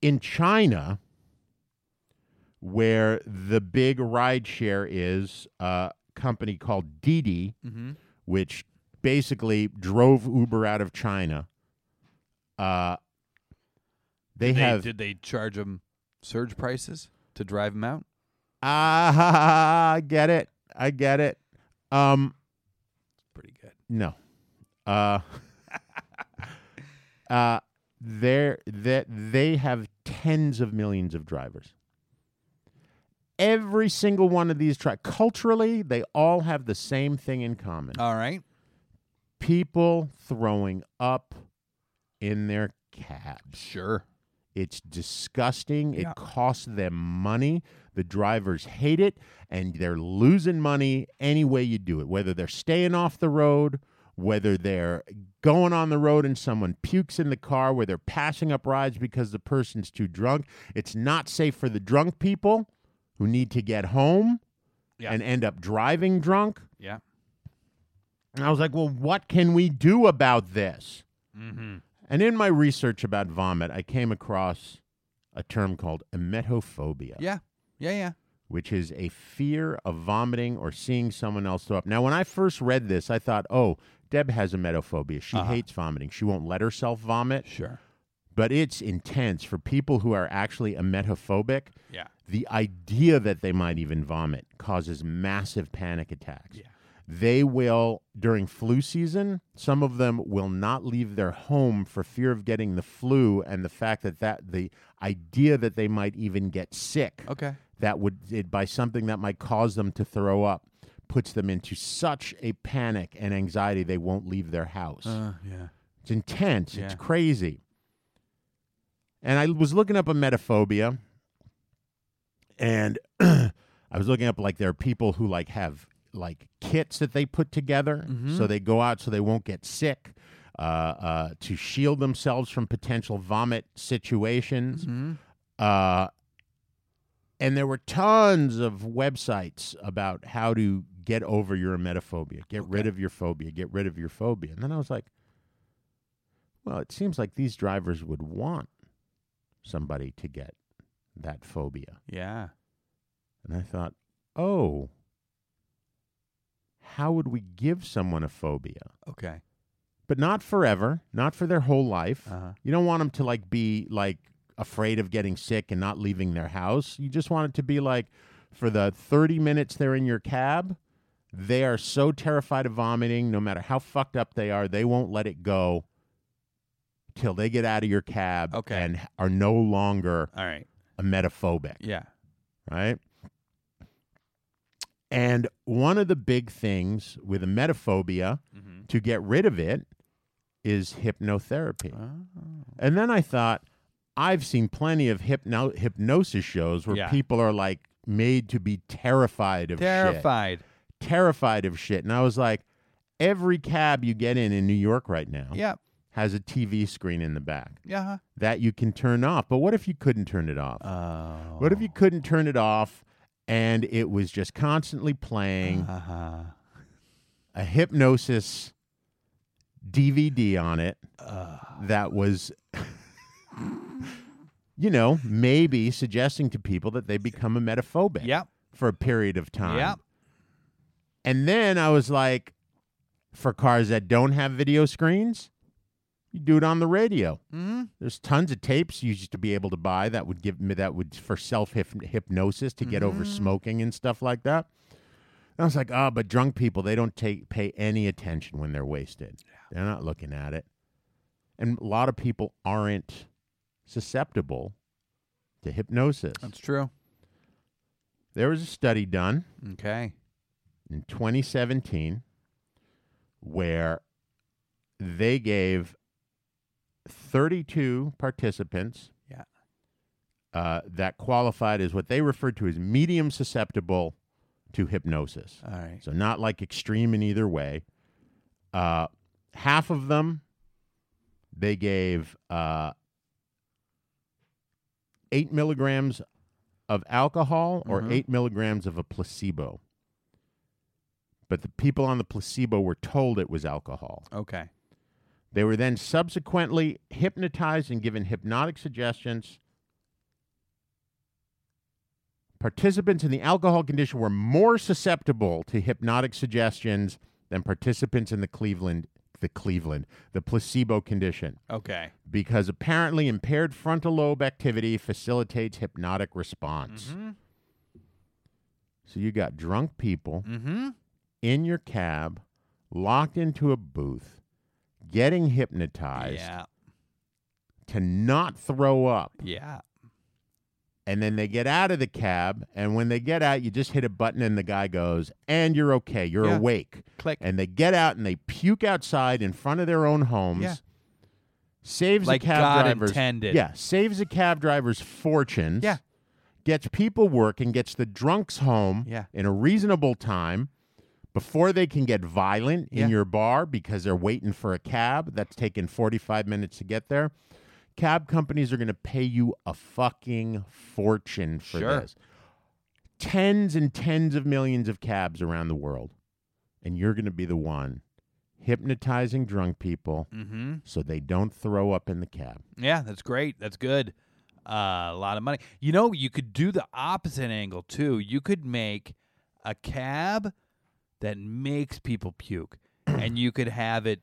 Speaker 5: in China, where the big ride share is uh, a company called Didi,
Speaker 6: Mm-hmm.
Speaker 5: which basically drove Uber out of China. Uh, they
Speaker 6: They,
Speaker 5: have
Speaker 6: did they charge them surge prices to drive them out?
Speaker 5: ah, I get it, I get it. Um,
Speaker 6: Pretty good.
Speaker 5: No. Uh, uh, they're, that they have tens of millions of drivers. Every single one of these tri culturally, they all have the same thing in common:
Speaker 6: All right.
Speaker 5: people throwing up in their cabs.
Speaker 6: Sure.
Speaker 5: It's disgusting.
Speaker 6: Yeah.
Speaker 5: It costs them money. The drivers hate it, and they're losing money any way you do it. Whether they're staying off the road, whether they're going on the road and someone pukes in the car, where they're passing up rides because the person's too drunk. It's not safe for the drunk people who need to get home
Speaker 6: Yeah.
Speaker 5: and end up driving drunk.
Speaker 6: Yeah.
Speaker 5: And I was like, well, what can we do about this? And in my research about vomit, I came across a term called emetophobia,
Speaker 6: Yeah. Yeah, yeah.
Speaker 5: which is a fear of vomiting or seeing someone else throw up. Now, when I first read this, I thought, oh, Deb has emetophobia. She hates vomiting. She won't let herself vomit,
Speaker 6: Sure.
Speaker 5: but it's intense for people who are actually emetophobic.
Speaker 6: Yeah.
Speaker 5: The idea that they might even vomit causes massive panic attacks.
Speaker 6: Yeah.
Speaker 5: They will, during flu season, some of them will not leave their home for fear of getting the flu and the fact that, that the idea that they might even get sick
Speaker 6: Okay.
Speaker 5: that would it, by something that might cause them to throw up puts them into such a panic and anxiety they won't leave their house.
Speaker 6: Uh, yeah.
Speaker 5: It's intense. It's
Speaker 6: Yeah.
Speaker 5: crazy. And I was looking up a metaphobia, and I was looking up like there are people who like have like kits that they put together so they go out so they won't get sick, uh, uh, to shield themselves from potential vomit situations.
Speaker 6: Mm-hmm.
Speaker 5: Uh, and there were tons of websites about how to get over your emetophobia, get rid of your phobia, get rid of your phobia. And then I was like, well, it seems like these drivers would want somebody to get that phobia.
Speaker 6: Yeah.
Speaker 5: And I thought, oh, how would we give someone a phobia?
Speaker 6: Okay.
Speaker 5: But not forever, not for their whole life.
Speaker 6: Uh-huh.
Speaker 5: You don't want them to like be like afraid of getting sick and not leaving their house. You just want it to be like for the 30 minutes they're in your cab, they are so terrified of vomiting, no matter how fucked up they are, they won't let it go till they get out of your cab
Speaker 6: Okay.
Speaker 5: and are no longer
Speaker 6: All right.
Speaker 5: emetophobic
Speaker 6: Yeah.
Speaker 5: right? And one of the big things with emetophobia to get rid of it is hypnotherapy. And then I thought, I've seen plenty of hypno- hypnosis shows where
Speaker 6: Yeah.
Speaker 5: people are like made to be terrified of shit
Speaker 6: Terrified.
Speaker 5: terrified of shit. And I was like, every cab you get in in New York right now
Speaker 6: Yep.
Speaker 5: has a TV screen in the back
Speaker 6: Yeah.
Speaker 5: that you can turn off. But what if you couldn't turn it off?
Speaker 6: Oh.
Speaker 5: What if you couldn't turn it off and it was just constantly playing
Speaker 6: Uh-huh.
Speaker 5: a hypnosis DVD on it that was, you know, maybe suggesting to people that they become emetophobic
Speaker 6: Yep.
Speaker 5: for a period of time.
Speaker 6: Yep.
Speaker 5: And then I was like, for cars that don't have video screens, you do it on the radio.
Speaker 6: Mm-hmm.
Speaker 5: There's tons of tapes you used to be able to buy that would give me that would for self hypnosis to get
Speaker 6: Mm-hmm.
Speaker 5: over smoking and stuff like that. And I was like, oh, but drunk people they don't take pay any attention when they're wasted. They're not looking at it, and a lot of people aren't susceptible to hypnosis.
Speaker 6: That's true.
Speaker 5: There was a study done
Speaker 6: Okay.
Speaker 5: in 2017 where they gave 32 participants
Speaker 6: Yeah.
Speaker 5: uh, that qualified as what they referred to as medium susceptible to hypnosis.
Speaker 6: All right.
Speaker 5: So not like extreme in either way. Uh, half of them, they gave uh, eight milligrams of alcohol or eight milligrams of a placebo. But the people on the placebo were told it was alcohol.
Speaker 6: Okay.
Speaker 5: They were then subsequently hypnotized and given hypnotic suggestions. Participants in the alcohol condition were more susceptible to hypnotic suggestions than participants in the Cleveland the Cleveland, the placebo condition,
Speaker 6: Okay.
Speaker 5: because apparently impaired frontal lobe activity facilitates hypnotic response. So you got drunk people
Speaker 6: Mm-hmm.
Speaker 5: in your cab, locked into a booth, getting hypnotized
Speaker 6: Yeah.
Speaker 5: to not throw up.
Speaker 6: Yeah.
Speaker 5: And then they get out of the cab. And when they get out, you just hit a button and the guy goes, and you're okay. You're
Speaker 6: Yeah.
Speaker 5: awake.
Speaker 6: Click.
Speaker 5: And they get out and they puke outside in front of their own homes.
Speaker 6: Yeah.
Speaker 5: Saves
Speaker 6: Like
Speaker 5: a cab
Speaker 6: God
Speaker 5: driver's
Speaker 6: intended.
Speaker 5: Yeah. Saves a cab driver's fortunes.
Speaker 6: Yeah.
Speaker 5: Gets people working, gets the drunks home
Speaker 6: Yeah.
Speaker 5: in a reasonable time before they can get violent in
Speaker 6: Yeah.
Speaker 5: your bar because they're waiting for a cab that's taking 45 minutes to get there cab companies are going to pay you a fucking fortune for
Speaker 6: Sure.
Speaker 5: this tens and tens of millions of cabs around the world and you're going to be the one hypnotizing drunk people
Speaker 6: Mm-hmm.
Speaker 5: so they don't throw up in the cab
Speaker 6: Yeah. That's great. That's good. uh, a lot of money. You know, you could do the opposite angle too. You could make a cab that makes people puke, and you could have it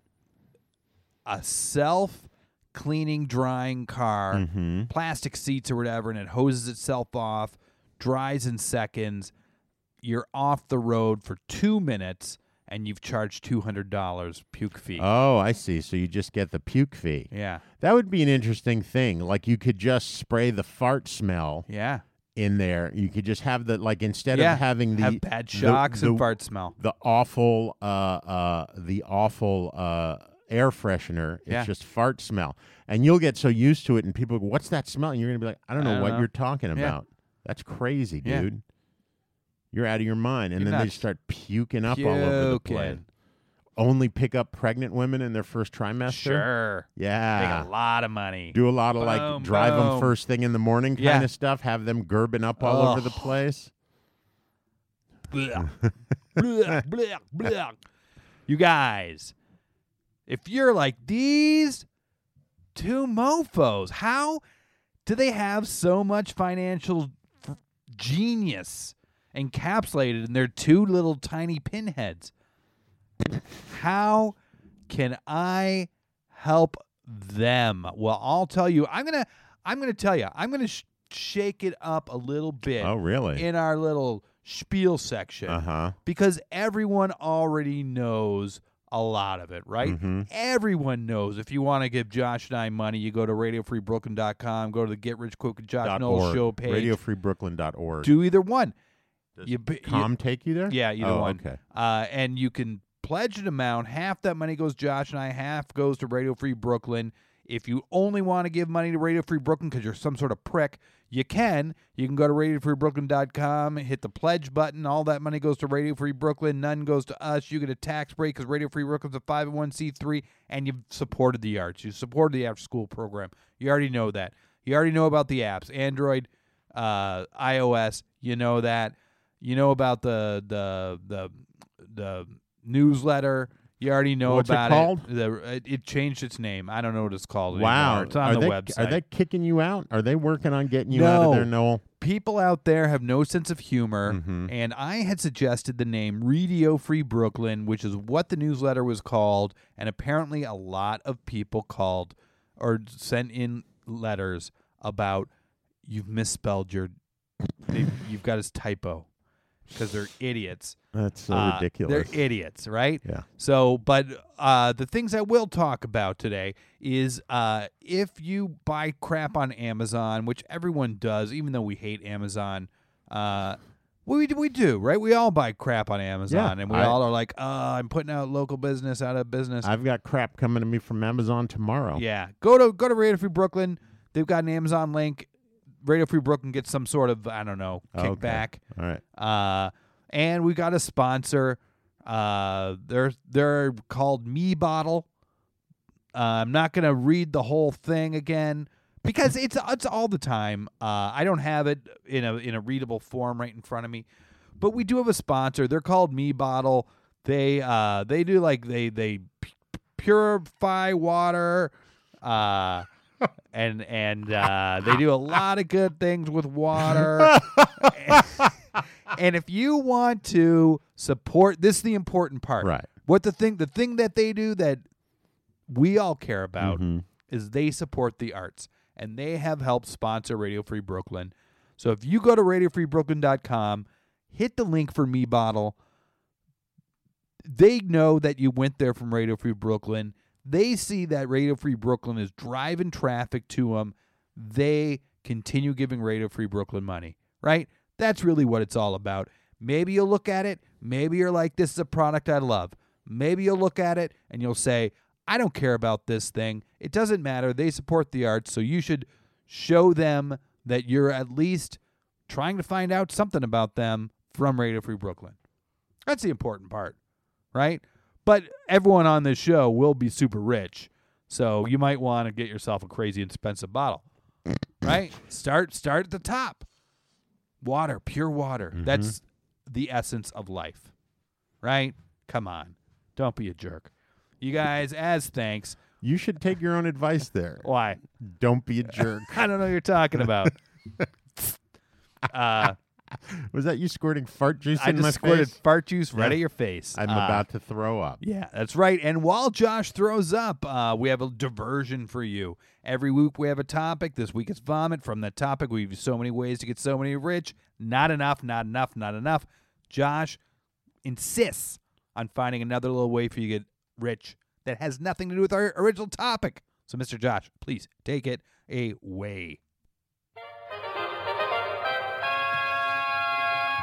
Speaker 6: a self cleaning, drying car, plastic seats or whatever, and it hoses itself off, dries in seconds. You're off the road for two minutes, and you've charged two hundred dollars puke fee.
Speaker 5: Oh, I see. So you just get the puke fee.
Speaker 6: yeah,
Speaker 5: That would be an interesting thing. Like you could just spray the fart smell
Speaker 6: yeah.
Speaker 5: in there. You could just have the like instead
Speaker 6: yeah,
Speaker 5: of having the
Speaker 6: have bad
Speaker 5: the-
Speaker 6: shocks and
Speaker 5: the-
Speaker 6: fart smell.
Speaker 5: the awful uh uh the awful uh air freshener it's
Speaker 6: Yeah.
Speaker 5: just fart smell and you'll get so used to it and people go, what's that smell and you're gonna be like i don't know
Speaker 6: don't
Speaker 5: what
Speaker 6: know."
Speaker 5: you're talking
Speaker 6: Yeah.
Speaker 5: about that's crazy
Speaker 6: Yeah.
Speaker 5: dude you're out of your mind and
Speaker 6: You're
Speaker 5: then they
Speaker 6: nuts.
Speaker 5: start puking up all over the place
Speaker 6: Puking.
Speaker 5: only pick up pregnant women in their first trimester
Speaker 6: Sure,
Speaker 5: yeah
Speaker 6: make a lot of money.
Speaker 5: do a lot of
Speaker 6: Boom,
Speaker 5: like drive
Speaker 6: boom.
Speaker 5: them first thing in the morning kind
Speaker 6: Yeah.
Speaker 5: of stuff have them gerbing up all over the
Speaker 6: Ugh.
Speaker 5: place
Speaker 6: Blah. Blah, blah, blah. You guys, if you're like these two mofos, how do they have so much financial f- genius encapsulated in their two little tiny pinheads? How can I help them? Well, I'll tell you. I'm gonna. I'm gonna tell you. I'm gonna sh- shake it up a little bit.
Speaker 5: Oh, really?
Speaker 6: In our little spiel section
Speaker 5: uh-huh
Speaker 6: because everyone already knows a lot of it, right?
Speaker 5: Mm-hmm.
Speaker 6: Everyone knows. If you want to give Josh and I money, you go to radiofreebrooklyn.com, go to the Get Rich Quick with Josh
Speaker 5: Dot
Speaker 6: Knoll
Speaker 5: org.
Speaker 6: show page.
Speaker 5: radiofreebrooklyn.org
Speaker 6: Do either one. You, b- you-
Speaker 5: com take you there?
Speaker 6: yeah, either
Speaker 5: oh,
Speaker 6: one.
Speaker 5: Okay.
Speaker 6: Uh, and you can pledge an amount. Half that money goes to Josh and I. Half goes to Radio Free Brooklyn. If you only want to give money to Radio Free Brooklyn because you're some sort of prick, you can. You can go to radiofreebrooklyn.com, hit the pledge button. All that money goes to Radio Free Brooklyn. None goes to us. You get a tax break because Radio Free Brooklyn's a 501c3, and you've supported the arts. You supported the after school program. You already know that. You already know about the apps Android, uh, iOS. You know that. You know about the the the the newsletter. You already know
Speaker 5: What's it
Speaker 6: about
Speaker 5: called?
Speaker 6: The, it, it changed its name. I don't know what it's called
Speaker 5: Wow.
Speaker 6: anymore. It's on
Speaker 5: are
Speaker 6: the
Speaker 5: they,
Speaker 6: website.
Speaker 5: Are they kicking you out? Are they working on getting you out
Speaker 6: No.
Speaker 5: of there, Noel?
Speaker 6: People out there have no sense of humor, and I had suggested the name Radio Free Brooklyn, which is what the newsletter was called, and apparently a lot of people called or sent in letters about you've misspelled your, they've- you've got his typo because they're idiots.
Speaker 5: That's so
Speaker 6: Uh,
Speaker 5: ridiculous.
Speaker 6: They're idiots, right?
Speaker 5: Yeah.
Speaker 6: So, but uh, the things I will talk about today is uh, if you buy crap on Amazon, which everyone does, even though we hate Amazon. Uh, we we do right. We all buy crap on Amazon,
Speaker 5: Yeah,
Speaker 6: and we
Speaker 5: I-
Speaker 6: all are like, "Oh, I'm putting out local business out of business."
Speaker 5: I've got crap coming to me from Amazon tomorrow.
Speaker 6: Yeah, go to go to Radio Free Brooklyn. They've got an Amazon link. Radio Free Brooklyn gets some sort of I don't know
Speaker 5: Okay.
Speaker 6: kickback.
Speaker 5: All right.
Speaker 6: Uh, and we got a sponsor. Uh, they're they're called Me Bottle. Uh, I'm not gonna read the whole thing again because it's it's all the time. Uh, I don't have it in a in a readable form right in front of me, but we do have a sponsor. They're called Me Bottle. They uh they do like they they p- purify water. Uh. And and uh, they do a lot of good things with water. and if you want to support this is the important part
Speaker 5: Right.
Speaker 6: what the thing the thing that they do that we all care about is they support the arts and they have helped sponsor radio free brooklyn so if you go to radiofreebrooklyn.com hit the link for me bottle they know that you went there from radio free brooklyn they see that radio free brooklyn is driving traffic to them they continue giving radio free brooklyn money right that's really what it's all about. Maybe you'll look at it. Maybe you're like, this is a product I love. Maybe you'll look at it and you'll say, I don't care about this thing. It doesn't matter. They support the arts. So you should show them that you're at least trying to find out something about them from Radio Free Brooklyn. That's the important part, right? But everyone on this show will be super rich. So you might want to get yourself a crazy expensive bottle. right? Start start at the top water, pure water.
Speaker 5: Mm-hmm.
Speaker 6: That's the essence of life, right? Come on, don't be a jerk. You guys, as thanks,
Speaker 5: You should take your own advice there.
Speaker 6: Why?
Speaker 5: Don't be a jerk.
Speaker 6: I don't know what you're talking about. uh,
Speaker 5: Was that you squirting fart juice
Speaker 6: I
Speaker 5: in my
Speaker 6: just squirted
Speaker 5: face?
Speaker 6: fart juice right
Speaker 5: Yeah.
Speaker 6: at your face.
Speaker 5: I'm
Speaker 6: Uh,
Speaker 5: about to throw up.
Speaker 6: Yeah, that's right. And while Josh throws up, uh, we have a diversion for you. Every week we have a topic. This week it's vomit. From that topic, we have so many ways to get so many rich. Not enough, not enough, not enough. Josh insists on finding another little way for you to get rich that has nothing to do with our original topic. So, Mr. Josh, please take it away.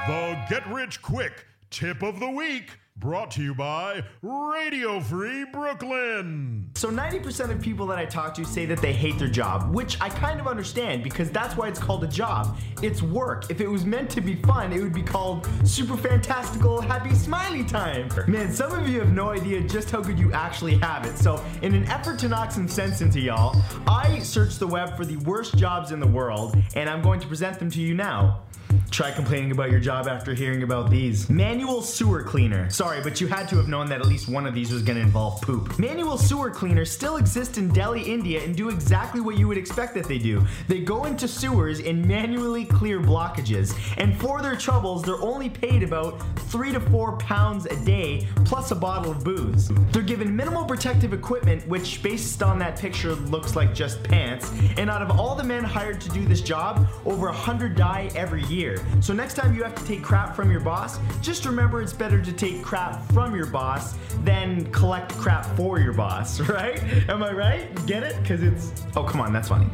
Speaker 7: The Get Rich Quick Tip of the Week, brought to you by Radio Free Brooklyn.
Speaker 8: So 90% of people that I talk to say that they hate their job, which I kind of understand because that's why it's called a job. It's work. If it was meant to be fun, it would be called super fantastical happy smiley time. Man, some of you have no idea just how good you actually have it. So, in an effort to knock some sense into y'all, I searched the web for the worst jobs in the world and I'm going to present them to you now. Try complaining about your job after hearing about these. Manual sewer cleaner. Sorry, but you had to have known that at least one of these was going to involve poop. Manual sewer cleaners still exist in Delhi, India, and do exactly what you would expect that they do. They go into sewers and manually clear blockages. And for their troubles, they're only paid about three to four pounds a day, plus a bottle of booze. They're given minimal protective equipment, which, based on that picture, looks like just pants. And out of all the men hired to do this job, over 100 die every year. So next time you have to take crap from your boss, just remember it's better to take crap from your boss than collect crap for your boss, right? Am I right? Get it? Because it's. Oh, come on, that's funny.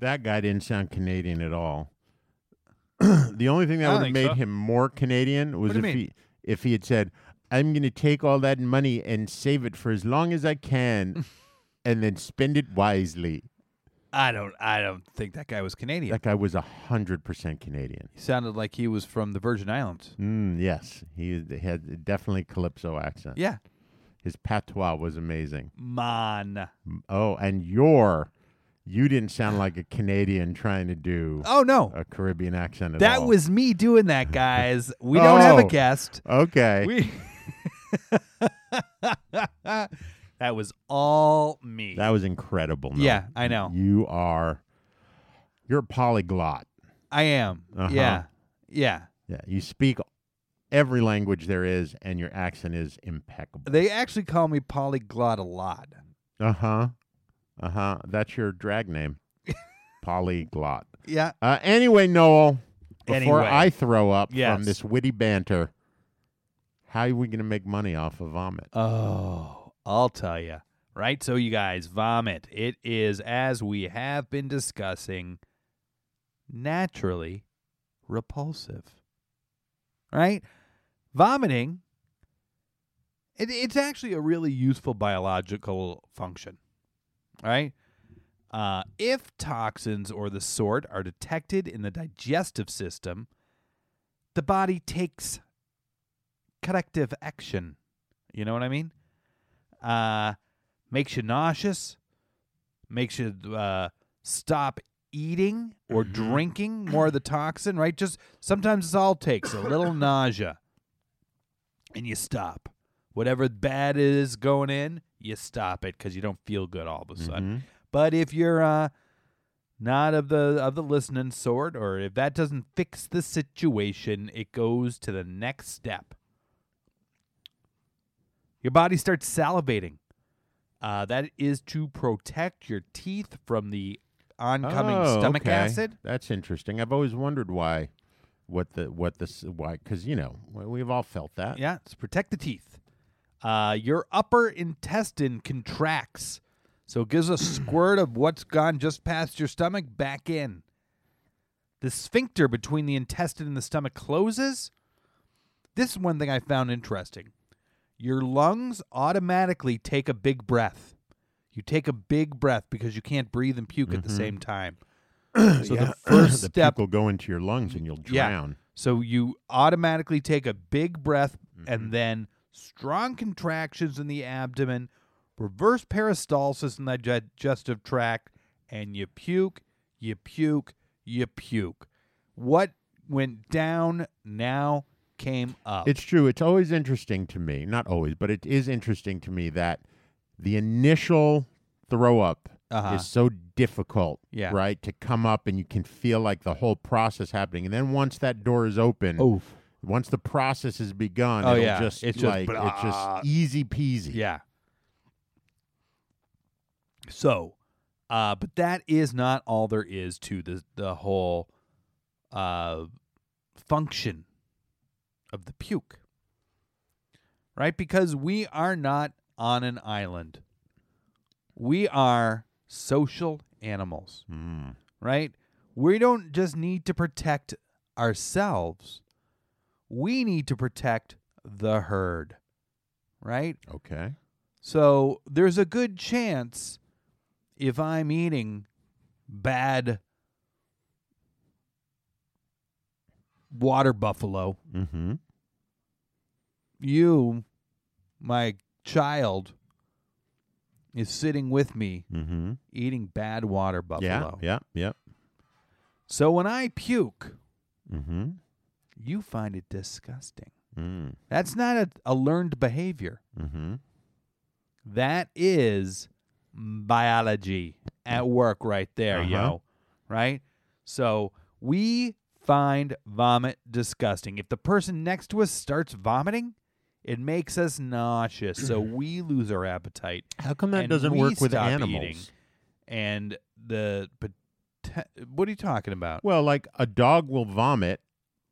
Speaker 5: That guy didn't sound Canadian at all. the only thing that
Speaker 6: I
Speaker 5: would
Speaker 6: don't
Speaker 5: have
Speaker 6: think
Speaker 5: made
Speaker 6: so.
Speaker 5: him more Canadian was
Speaker 6: do
Speaker 5: if
Speaker 6: you mean?
Speaker 5: he if he had said, "I'm going to take all that money and save it for as long as I can, and then spend it wisely."
Speaker 6: I don't, I don't think that guy was Canadian.
Speaker 5: That guy was hundred percent Canadian.
Speaker 6: he sounded like he was from the Virgin Islands.
Speaker 5: Mm, yes, he had definitely calypso accent.
Speaker 6: Yeah,
Speaker 5: His patois was amazing.
Speaker 6: man.
Speaker 5: Oh, and your, you didn't sound like a Canadian trying to do
Speaker 6: Oh no,
Speaker 5: a Caribbean accent at
Speaker 6: That
Speaker 5: all.
Speaker 6: was me doing that, guys. We don't have a
Speaker 5: Oh.
Speaker 6: guest.
Speaker 5: okay.
Speaker 6: We That was all me.
Speaker 5: that was incredible. Noah.
Speaker 6: Yeah, I know.
Speaker 5: You are, you're a polyglot.
Speaker 6: I am.
Speaker 5: Uh-huh.
Speaker 6: Yeah. Yeah.
Speaker 5: Yeah, you speak every language there is, and your accent is impeccable.
Speaker 6: They actually call me polyglot a lot.
Speaker 5: Uh huh. Uh huh. That's your drag name, polyglot.
Speaker 6: Yeah.
Speaker 5: Uh, anyway, Noel, before
Speaker 6: Anyway.
Speaker 5: I throw up
Speaker 6: Yes.
Speaker 5: from this witty banter, how are we going to make money off of vomit?
Speaker 6: Oh, I'll tell you. Right? So, you guys, vomit. It is, as we have been discussing, naturally repulsive. Right? Vomiting, it, it's actually a really useful biological function. Right? Uh, if toxins or the sort are detected in the digestive system, the body takes corrective action. You know what I mean? Uh, makes you nauseous, makes you uh, stop eating or drinking more of the toxin, right? Just sometimes it's all it takes a little nausea and you stop. Whatever bad is going in, you stop it because you don't feel good all of a sudden.
Speaker 5: Mm-hmm.
Speaker 6: But if you're uh, not of the of the listening sort, or if that doesn't fix the situation, it goes to the next step. Your body starts salivating. Uh, that is to protect your teeth from the oncoming
Speaker 5: Oh,
Speaker 6: stomach
Speaker 5: okay.
Speaker 6: acid.
Speaker 5: That's interesting. I've always wondered why, what the what this why because you know we- we've all felt that.
Speaker 6: Yeah, it's protect the teeth. Uh, your upper intestine contracts, so it gives a squirt of what's gone just past your stomach back in. The sphincter between the intestine and the stomach closes. This is one thing I found interesting. Your lungs automatically take a big breath. You take a big breath because you can't breathe and puke at the same time. So the first
Speaker 5: the
Speaker 6: step
Speaker 5: puke will go into your lungs and you'll drown.
Speaker 6: so you automatically take a big breath and then strong contractions in the abdomen, reverse peristalsis in the digestive tract, and you puke, you puke, you puke. What went down now came up.
Speaker 5: It's true. It's always interesting to me. Not always, but it is interesting to me that the initial throw up
Speaker 6: Uh-huh.
Speaker 5: is so difficult,
Speaker 6: Yeah.
Speaker 5: right, to come up and you can feel like the whole process happening. And then once that door is open,
Speaker 6: Oof.
Speaker 5: once the process has begun,
Speaker 6: Oh,
Speaker 5: it'll
Speaker 6: yeah.
Speaker 5: just
Speaker 6: It's
Speaker 5: like
Speaker 6: just
Speaker 5: it's just easy peasy.
Speaker 6: Yeah. So, uh, but that is not all there is to the the whole uh, function of the puke, right? Because we are not on an island. We are social animals,
Speaker 5: Mm,
Speaker 6: right? We don't just need to protect ourselves. We need to protect the herd, right?
Speaker 5: Okay.
Speaker 6: So there's a good chance if I'm eating bad water buffalo,
Speaker 5: Mm-hmm.
Speaker 6: you, my child, is sitting with me
Speaker 5: Mm-hmm.
Speaker 6: eating bad water
Speaker 5: Yeah.
Speaker 6: buffalo.
Speaker 5: Yeah. Yep.
Speaker 6: So when I puke,
Speaker 5: Mm-hmm.
Speaker 6: you find it disgusting.
Speaker 5: Mm.
Speaker 6: That's not a, a learned behavior.
Speaker 5: Mm-hmm.
Speaker 6: That is biology at work right there,
Speaker 5: Uh-huh.
Speaker 6: yo. Right? So we find vomit disgusting. If the person next to us starts vomiting, it makes us nauseous. so we lose our appetite.
Speaker 5: How come that
Speaker 6: and
Speaker 5: doesn't
Speaker 6: we
Speaker 5: work with
Speaker 6: stop
Speaker 5: animals?
Speaker 6: eating. and the pot- what are you talking about?
Speaker 5: Well, like a dog will vomit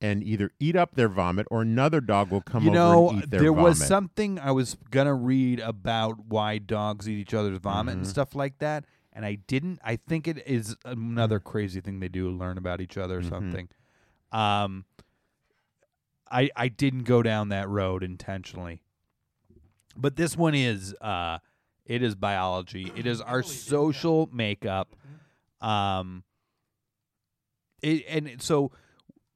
Speaker 5: and either eat up their vomit or another dog will come
Speaker 6: you
Speaker 5: over
Speaker 6: know,
Speaker 5: and eat their
Speaker 6: there
Speaker 5: vomit.
Speaker 6: was something I was gonna read about why dogs eat each other's vomit
Speaker 5: Mm-hmm.
Speaker 6: and stuff like that, and I didn't. I think it is another
Speaker 5: Mm-hmm.
Speaker 6: crazy thing they do learn about each other or something. Um, I I didn't go down that road intentionally, but this one is uh, it is biology. It is our social makeup. Um, it, and it- so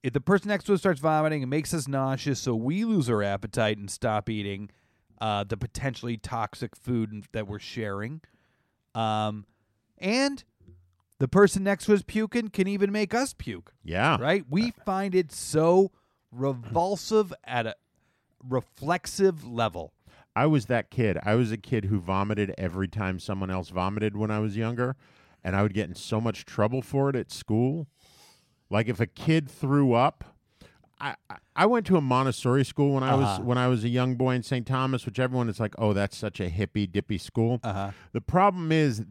Speaker 6: if the person next to us starts vomiting, it makes us nauseous, so we lose our appetite and stop eating uh, the potentially toxic food that we're sharing. Um, and the person next to us puking can even make us puke,
Speaker 5: yeah.
Speaker 6: right? We find it so revulsive at a reflexive level.
Speaker 5: I was that kid. I was a kid who vomited every time someone else vomited when I was younger, and I would get in so much trouble for it at school. Like if a kid threw up, I I- I went to a Montessori school when I
Speaker 6: Uh-huh.
Speaker 5: was when I was a young boy in St. Thomas, which everyone is like, "Oh, that's such a hippy dippy school."
Speaker 6: Uh-huh.
Speaker 5: The problem is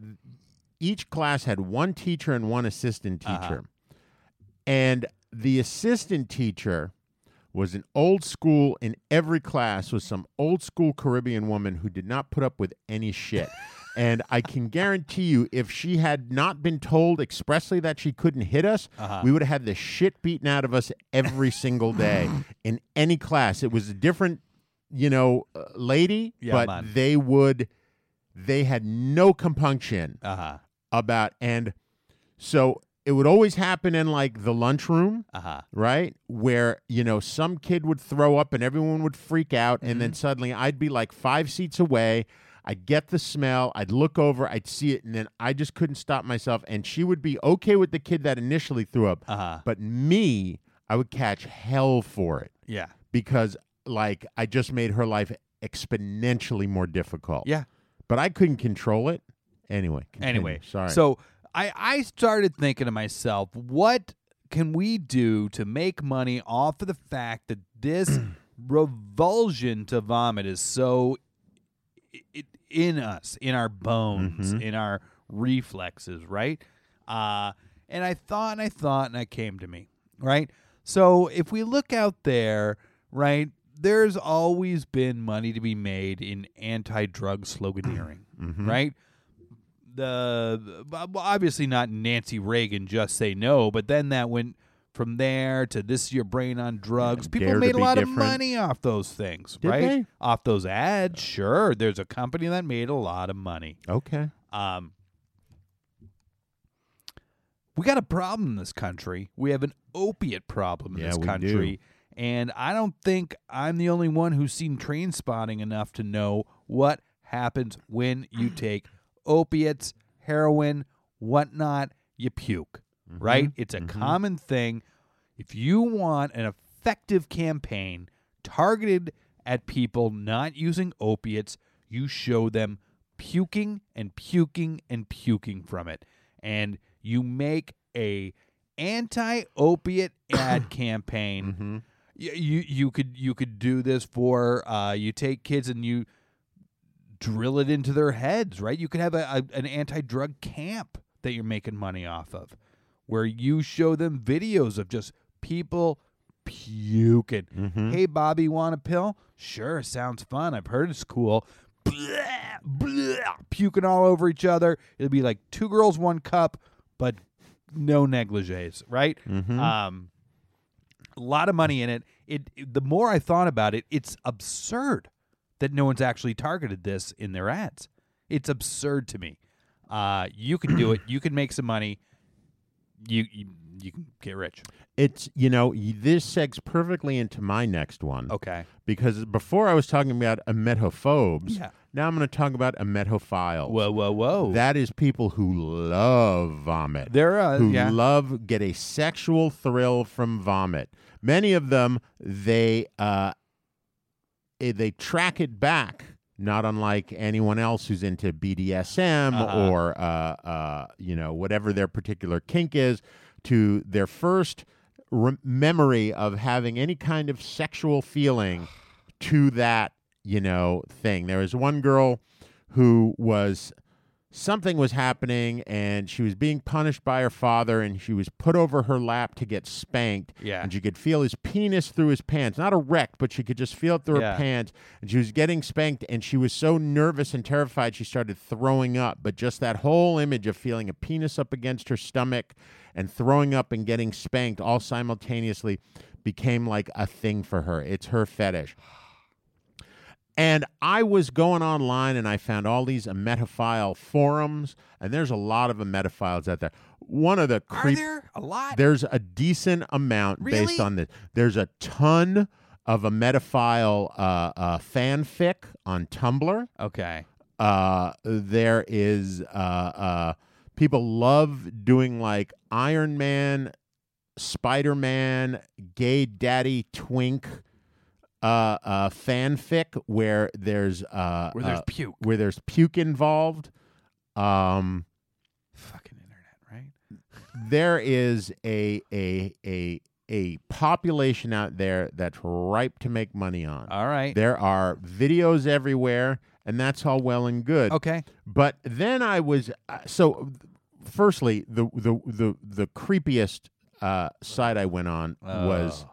Speaker 5: each class had one teacher and one assistant
Speaker 6: Uh-huh.
Speaker 5: teacher. And the assistant teacher was an old school in every class was some old school Caribbean woman who did not put up with any shit. and I can guarantee you if she had not been told expressly that she couldn't hit us,
Speaker 6: Uh-huh.
Speaker 5: we would have had the shit beaten out of us every single day in any class. It was a different, you know, uh, lady,
Speaker 6: Yeah,
Speaker 5: but
Speaker 6: man.
Speaker 5: they would they had no compunction
Speaker 6: Uh huh.
Speaker 5: about and so it would always happen in like the lunchroom
Speaker 6: Uh huh.
Speaker 5: right where you know some kid would throw up and everyone would freak out and
Speaker 6: Mm-hmm.
Speaker 5: then suddenly i'd be like five seats away i'd get the smell i'd look over i'd see it and then i just couldn't stop myself and she would be okay with the kid that initially threw up
Speaker 6: Uh-huh.
Speaker 5: but me i would catch hell for it
Speaker 6: Yeah.
Speaker 5: because like i just made her life exponentially more difficult
Speaker 6: Yeah.
Speaker 5: but i couldn't control it anyway continue.
Speaker 6: Anyway,
Speaker 5: sorry
Speaker 6: So I I started thinking to myself, what can we do to make money off of the fact that this revulsion to vomit is so i- i- in us, in our bones,
Speaker 5: Mm-hmm.
Speaker 6: in our reflexes, right? Uh, and I thought and I thought and I came to me, right? So if we look out there, right, there's always been money to be made in anti-drug sloganeering,
Speaker 5: Mm-hmm.
Speaker 6: right? the well, obviously not Nancy Reagan just say no, but then that went from there to this is your brain on drugs. People
Speaker 5: Dare to
Speaker 6: made a
Speaker 5: be
Speaker 6: lot of
Speaker 5: different.
Speaker 6: money off those things,
Speaker 5: Did
Speaker 6: right?
Speaker 5: they?
Speaker 6: Off those ads, sure. There's a company that made a lot of money.
Speaker 5: okay
Speaker 6: Um, we got a problem in this country. We have an opiate problem in
Speaker 5: Yeah,
Speaker 6: this
Speaker 5: we do.
Speaker 6: country. And I don't think I'm the only one who's seen train spotting enough to know what happens when you take opiates, heroin, whatnot. You puke,
Speaker 5: Mm-hmm.
Speaker 6: right? It's a common thing. If you want an effective campaign targeted at people not using opiates, you show them puking and puking and puking from it. And you make a anti-opiate ad campaign. Y- You you could you could do this for uh, you take kids and you drill it into their heads, right? You could have a, a an anti-drug camp that you're making money off of, where you show them videos of just people puking. Hey, Bobby, want a pill? Sure, sounds fun. I've heard it's cool. Blah, blah, puking all over each other. It'll be like two girls, one cup, but no negligees, right? Um, a lot of money in it. It the more I thought about it, it's absurd that no one's actually targeted this in their ads. It's absurd to me. Uh, you can do it. You can make some money. You you, you can get rich.
Speaker 5: It's you know y- this segs perfectly into my next one.
Speaker 6: Okay.
Speaker 5: Because before I was talking about emetophobes.
Speaker 6: Yeah.
Speaker 5: Now I'm going to talk about emetophiles.
Speaker 6: Whoa whoa whoa.
Speaker 5: That is people who love vomit.
Speaker 6: Oh. There are-
Speaker 5: who
Speaker 6: yeah.
Speaker 5: love get a sexual thrill from vomit. Many of them they uh, eh, they track it back, not unlike anyone else who's into BDSM
Speaker 6: Uh-huh.
Speaker 5: or uh, uh, you know whatever their particular kink is, to their first re- memory of having any kind of sexual feeling to that you know thing. There was one girl who was something was happening and she was being punished by her father and she was put over her lap to get spanked
Speaker 6: Yeah.
Speaker 5: and she could feel his penis through his pants not erect but she could just feel it through
Speaker 6: Yeah.
Speaker 5: her pants and she was getting spanked and she was so nervous and terrified she started throwing up but just that whole image of feeling a penis up against her stomach and throwing up and getting spanked all simultaneously became like a thing for her it's her fetish and I was going online and I found all these emetophile forums, and there's a lot of emetophiles out there. One of the creep-
Speaker 6: are there a lot?
Speaker 5: there's a decent amount
Speaker 6: Really?
Speaker 5: based on this. There's a ton of emetophile uh, uh, fanfic on Tumblr.
Speaker 6: okay.
Speaker 5: Uh, there is uh, uh, people love doing like Iron Man, Spider Man, gay daddy twink uh, uh, fanfic where there's uh,
Speaker 6: Where there's
Speaker 5: uh,
Speaker 6: puke.
Speaker 5: where there's puke involved. Um,
Speaker 6: Fucking internet, right?
Speaker 5: there is a a a a population out there that's ripe to make money on.
Speaker 6: All right.
Speaker 5: There are videos everywhere, and that's all well and good.
Speaker 6: Okay.
Speaker 5: But then I was uh, so. Firstly, the the the the creepiest uh, site I went on
Speaker 6: Oh.
Speaker 5: was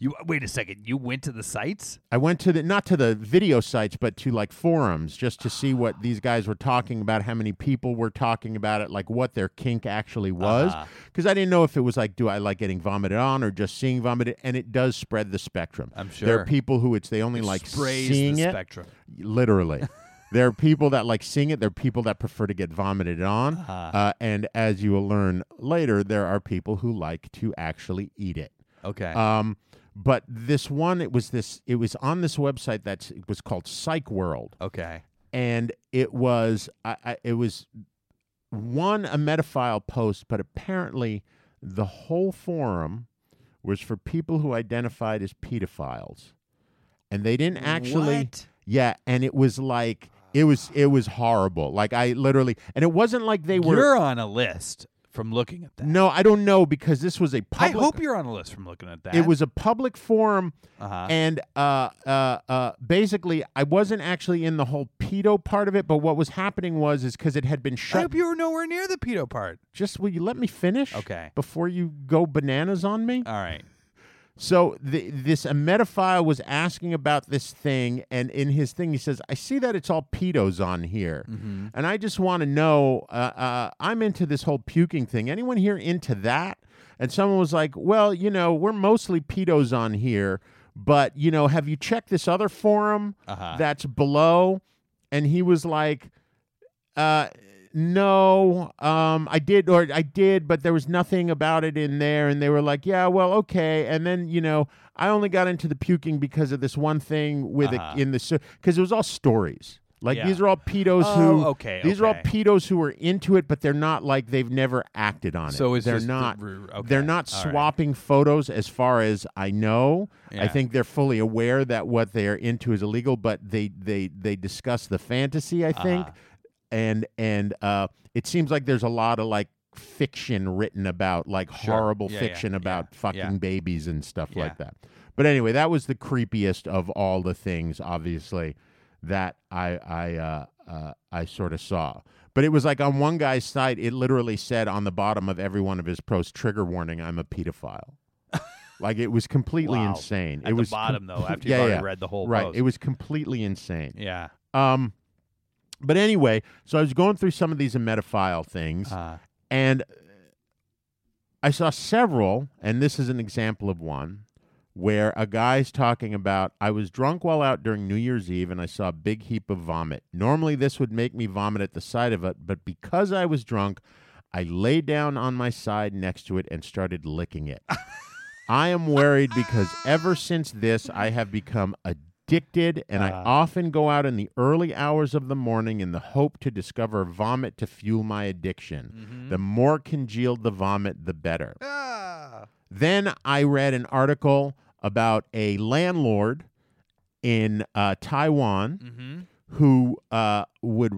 Speaker 6: You wait a second. You went to the sites?
Speaker 5: I went to the not to the video sites, but to like forums just to see what these guys were talking about, how many people were talking about it, like what their kink actually was.
Speaker 6: Uh-huh.
Speaker 5: Because I didn't know if it was like, do I like getting vomited on or just seeing vomited? And it does spread the spectrum.
Speaker 6: I'm
Speaker 5: there
Speaker 6: sure.
Speaker 5: are people who it's they only like
Speaker 6: Sprays
Speaker 5: seeing
Speaker 6: the
Speaker 5: it,
Speaker 6: spectrum.
Speaker 5: literally. there are people that like seeing it. There are people that prefer to get vomited on.
Speaker 6: Uh-huh.
Speaker 5: Uh, and as you will learn later, there are people who like to actually eat it.
Speaker 6: Okay.
Speaker 5: Um, but this one, it was this. It was on this website that it was called Psych World,
Speaker 6: okay.
Speaker 5: and it was I, I, it was one a metaphile post, but apparently the whole forum was for people who identified as pedophiles, and they didn't actually.
Speaker 6: What?
Speaker 5: Yeah, and it was like it was it was horrible. Like I literally, and it wasn't like they were.
Speaker 6: You're on a list from looking at that.
Speaker 5: no, I don't know because this was a
Speaker 6: I
Speaker 5: public.
Speaker 6: hope you're on a list from looking at that.
Speaker 5: It was a public forum,
Speaker 6: Uh-huh.
Speaker 5: and uh, uh, uh, basically, I wasn't actually in the whole pedo part of it. But what was happening was, is because it had been
Speaker 6: I
Speaker 5: shut.
Speaker 6: hope you were nowhere near the pedo part.
Speaker 5: Just will you let me finish?
Speaker 6: Okay.
Speaker 5: Before you go bananas on me.
Speaker 6: All right.
Speaker 5: So the, this emetophile was asking about this thing, and in his thing he says, "I see that it's all pedos on here, and I just want to know. Uh, uh, I'm into this whole puking thing. Anyone here into that?" And someone was like, "Well, you know, we're mostly pedos on here, but you know, have you checked this other forum that's below?" And he was like, uh, no, um, I did, or I did, but there was nothing about it in there. And they were like, yeah, well, okay. And then, you know, I only got into the puking because of this one thing with it in the, because it was all stories. Like
Speaker 6: Uh-huh. Yeah.
Speaker 5: these are all pedos
Speaker 6: Oh,
Speaker 5: who,
Speaker 6: okay,
Speaker 5: these are all
Speaker 6: okay.
Speaker 5: pedos who are into it, but they're not like they've never acted on
Speaker 6: So
Speaker 5: it.
Speaker 6: it's
Speaker 5: they're
Speaker 6: just the
Speaker 5: not,
Speaker 6: ru- okay,
Speaker 5: they're not
Speaker 6: all right.
Speaker 5: swapping photos as far as I know.
Speaker 6: Yeah.
Speaker 5: I think they're fully
Speaker 6: Uh-huh.
Speaker 5: aware that what they're into is illegal, but they, they, they discuss the fantasy, I think. and and uh, it seems like there's a lot of like fiction written about like
Speaker 6: Sure.
Speaker 5: horrible
Speaker 6: Yeah, yeah,
Speaker 5: fiction
Speaker 6: yeah,
Speaker 5: about
Speaker 6: yeah.
Speaker 5: fucking babies and stuff like
Speaker 6: Yeah.
Speaker 5: that. But anyway, that was the creepiest of all the things, obviously, that I I uh, uh, I sort of saw. But it was like on one guy's site, it literally said on the bottom of every one of his posts, "Trigger warning: I'm a pedophile." like it was completely
Speaker 6: Wow.
Speaker 5: insane.
Speaker 6: At
Speaker 5: it
Speaker 6: the
Speaker 5: was
Speaker 6: bottom, though,
Speaker 5: comple-
Speaker 6: after
Speaker 5: yeah,
Speaker 6: you've already
Speaker 5: yeah.
Speaker 6: read the whole
Speaker 5: right.
Speaker 6: post.
Speaker 5: It was completely insane.
Speaker 6: yeah.
Speaker 5: Um, but anyway, so I was going through some of these emetophile things,
Speaker 6: Uh,
Speaker 5: and I saw several, and this is an example of one where a guy's talking about I was drunk while out during New Year's Eve and I saw a big heap of vomit. Normally this would make me vomit at the sight of it, but because I was drunk, I lay down on my side next to it and started licking it. I am worried because ever since this I have become addicted and I often go out in the early hours of the morning in the hope to discover vomit to fuel my addiction. The more congealed the vomit, the better.
Speaker 6: Ah.
Speaker 5: Then I read an article about a landlord in uh, Taiwan who uh, would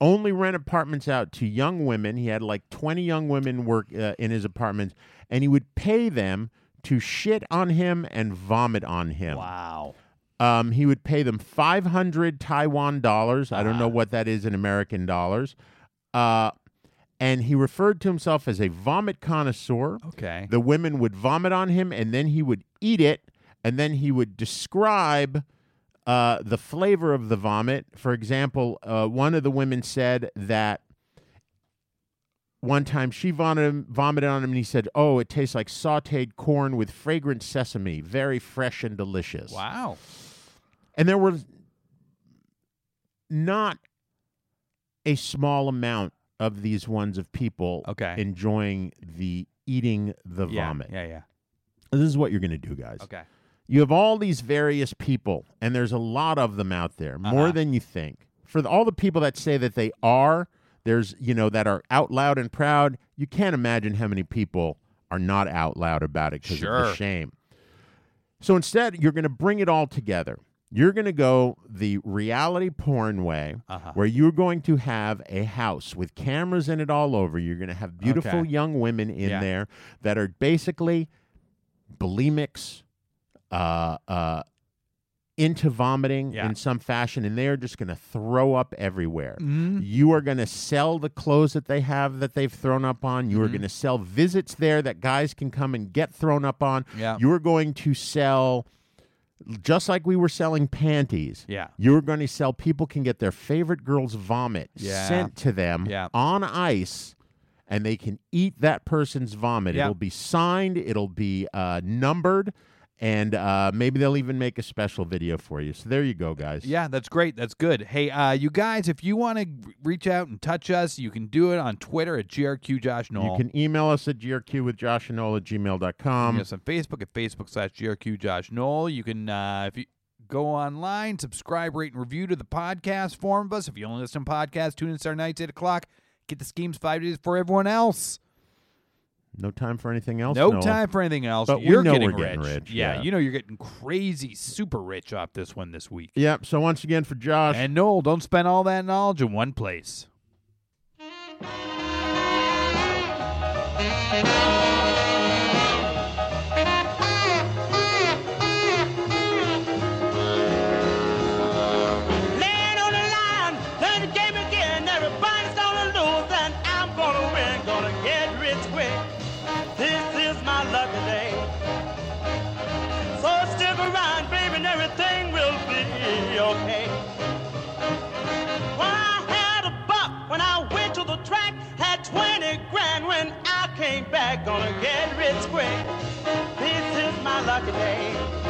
Speaker 5: only rent apartments out to young women. He had like 20 young women work uh, in his apartments, and he would pay them to shit on him and vomit on him.
Speaker 6: wow.
Speaker 5: Um, he would pay them 500 Taiwan dollars. I don't know what that is in American dollars. Uh, and he referred to himself as a vomit connoisseur.
Speaker 6: Okay.
Speaker 5: The women would vomit on him, and then he would eat it, and then he would describe uh, the flavor of the vomit. For example, uh, one of the women said that one time she vomited, vomited on him, and he said, "Oh, it tastes like sautéed corn with fragrant sesame, very fresh and delicious."
Speaker 6: wow.
Speaker 5: And there were not a small amount of these ones of people
Speaker 6: Okay.
Speaker 5: enjoying the eating the
Speaker 6: Yeah,
Speaker 5: vomit.
Speaker 6: Yeah, yeah.
Speaker 5: This is what you're going to do, guys.
Speaker 6: Okay.
Speaker 5: You have all these various people, and there's a lot of them out there, more
Speaker 6: Uh-huh.
Speaker 5: than you think. For the, all the people that say that they are, there's, you know, that are out loud and proud, you can't imagine how many people are not out loud about it because of
Speaker 6: Sure.
Speaker 5: the shame. So instead, you're going to bring it all together. You're going to go the reality porn way,
Speaker 6: Uh-huh.
Speaker 5: where you're going to have a house with cameras in it all over. You're going to have beautiful
Speaker 6: Okay.
Speaker 5: young women in
Speaker 6: Yeah.
Speaker 5: there that are basically bulimics, uh, uh, into vomiting
Speaker 6: Yeah.
Speaker 5: in some fashion, and they are just going to throw up everywhere.
Speaker 6: Mm-hmm.
Speaker 5: You are going to sell the clothes that they have that they've thrown up on. You are
Speaker 6: Mm-hmm.
Speaker 5: going to sell visits there that guys can come and get thrown up on.
Speaker 6: Yeah.
Speaker 5: You are going to sell. Just like we were selling panties,
Speaker 6: Yeah.
Speaker 5: you're going to sell people can get their favorite girl's vomit
Speaker 6: Yeah.
Speaker 5: sent to them
Speaker 6: Yeah.
Speaker 5: on ice and they can eat that person's vomit.
Speaker 6: Yeah.
Speaker 5: It'll be signed, it'll be uh, numbered, and uh, maybe they'll even make a special video for you. So there you go, guys.
Speaker 6: Yeah, that's great. That's good. Hey, uh, you guys, if you want to reach out and touch us, you can do it on Twitter at GRQ Josh
Speaker 5: You
Speaker 6: Knoll.
Speaker 5: can um, email us at grq with Josh and Noel at gmail.com.
Speaker 6: Find us on Facebook at Facebook slash GRQ Josh Knoll. You can, uh, if you go online, subscribe, rate, and review to the podcast form of us. If you only listen to podcasts, tune in Saturday nights, 8 o'clock. Get the schemes five days for everyone else.
Speaker 5: No time for anything else.
Speaker 6: No
Speaker 5: Noel.
Speaker 6: time for anything else.
Speaker 5: But we
Speaker 6: you're
Speaker 5: know
Speaker 6: getting,
Speaker 5: we're getting rich,
Speaker 6: Yeah,
Speaker 5: yeah.
Speaker 6: you know you're getting crazy, super rich off this one this week.
Speaker 5: Yep. So once again for Josh.
Speaker 6: And Noel, don't spend all that knowledge in one place.
Speaker 4: Land on the line, play the game again. Everybody's gonna lose, and I'm gonna win. Gonna get rich quick. This is my lucky day. So stick around, baby, and everything will be okay. When I had a buck, when I went to the track, had 20 grand when I came back. Gonna get rich quick. This is my lucky day.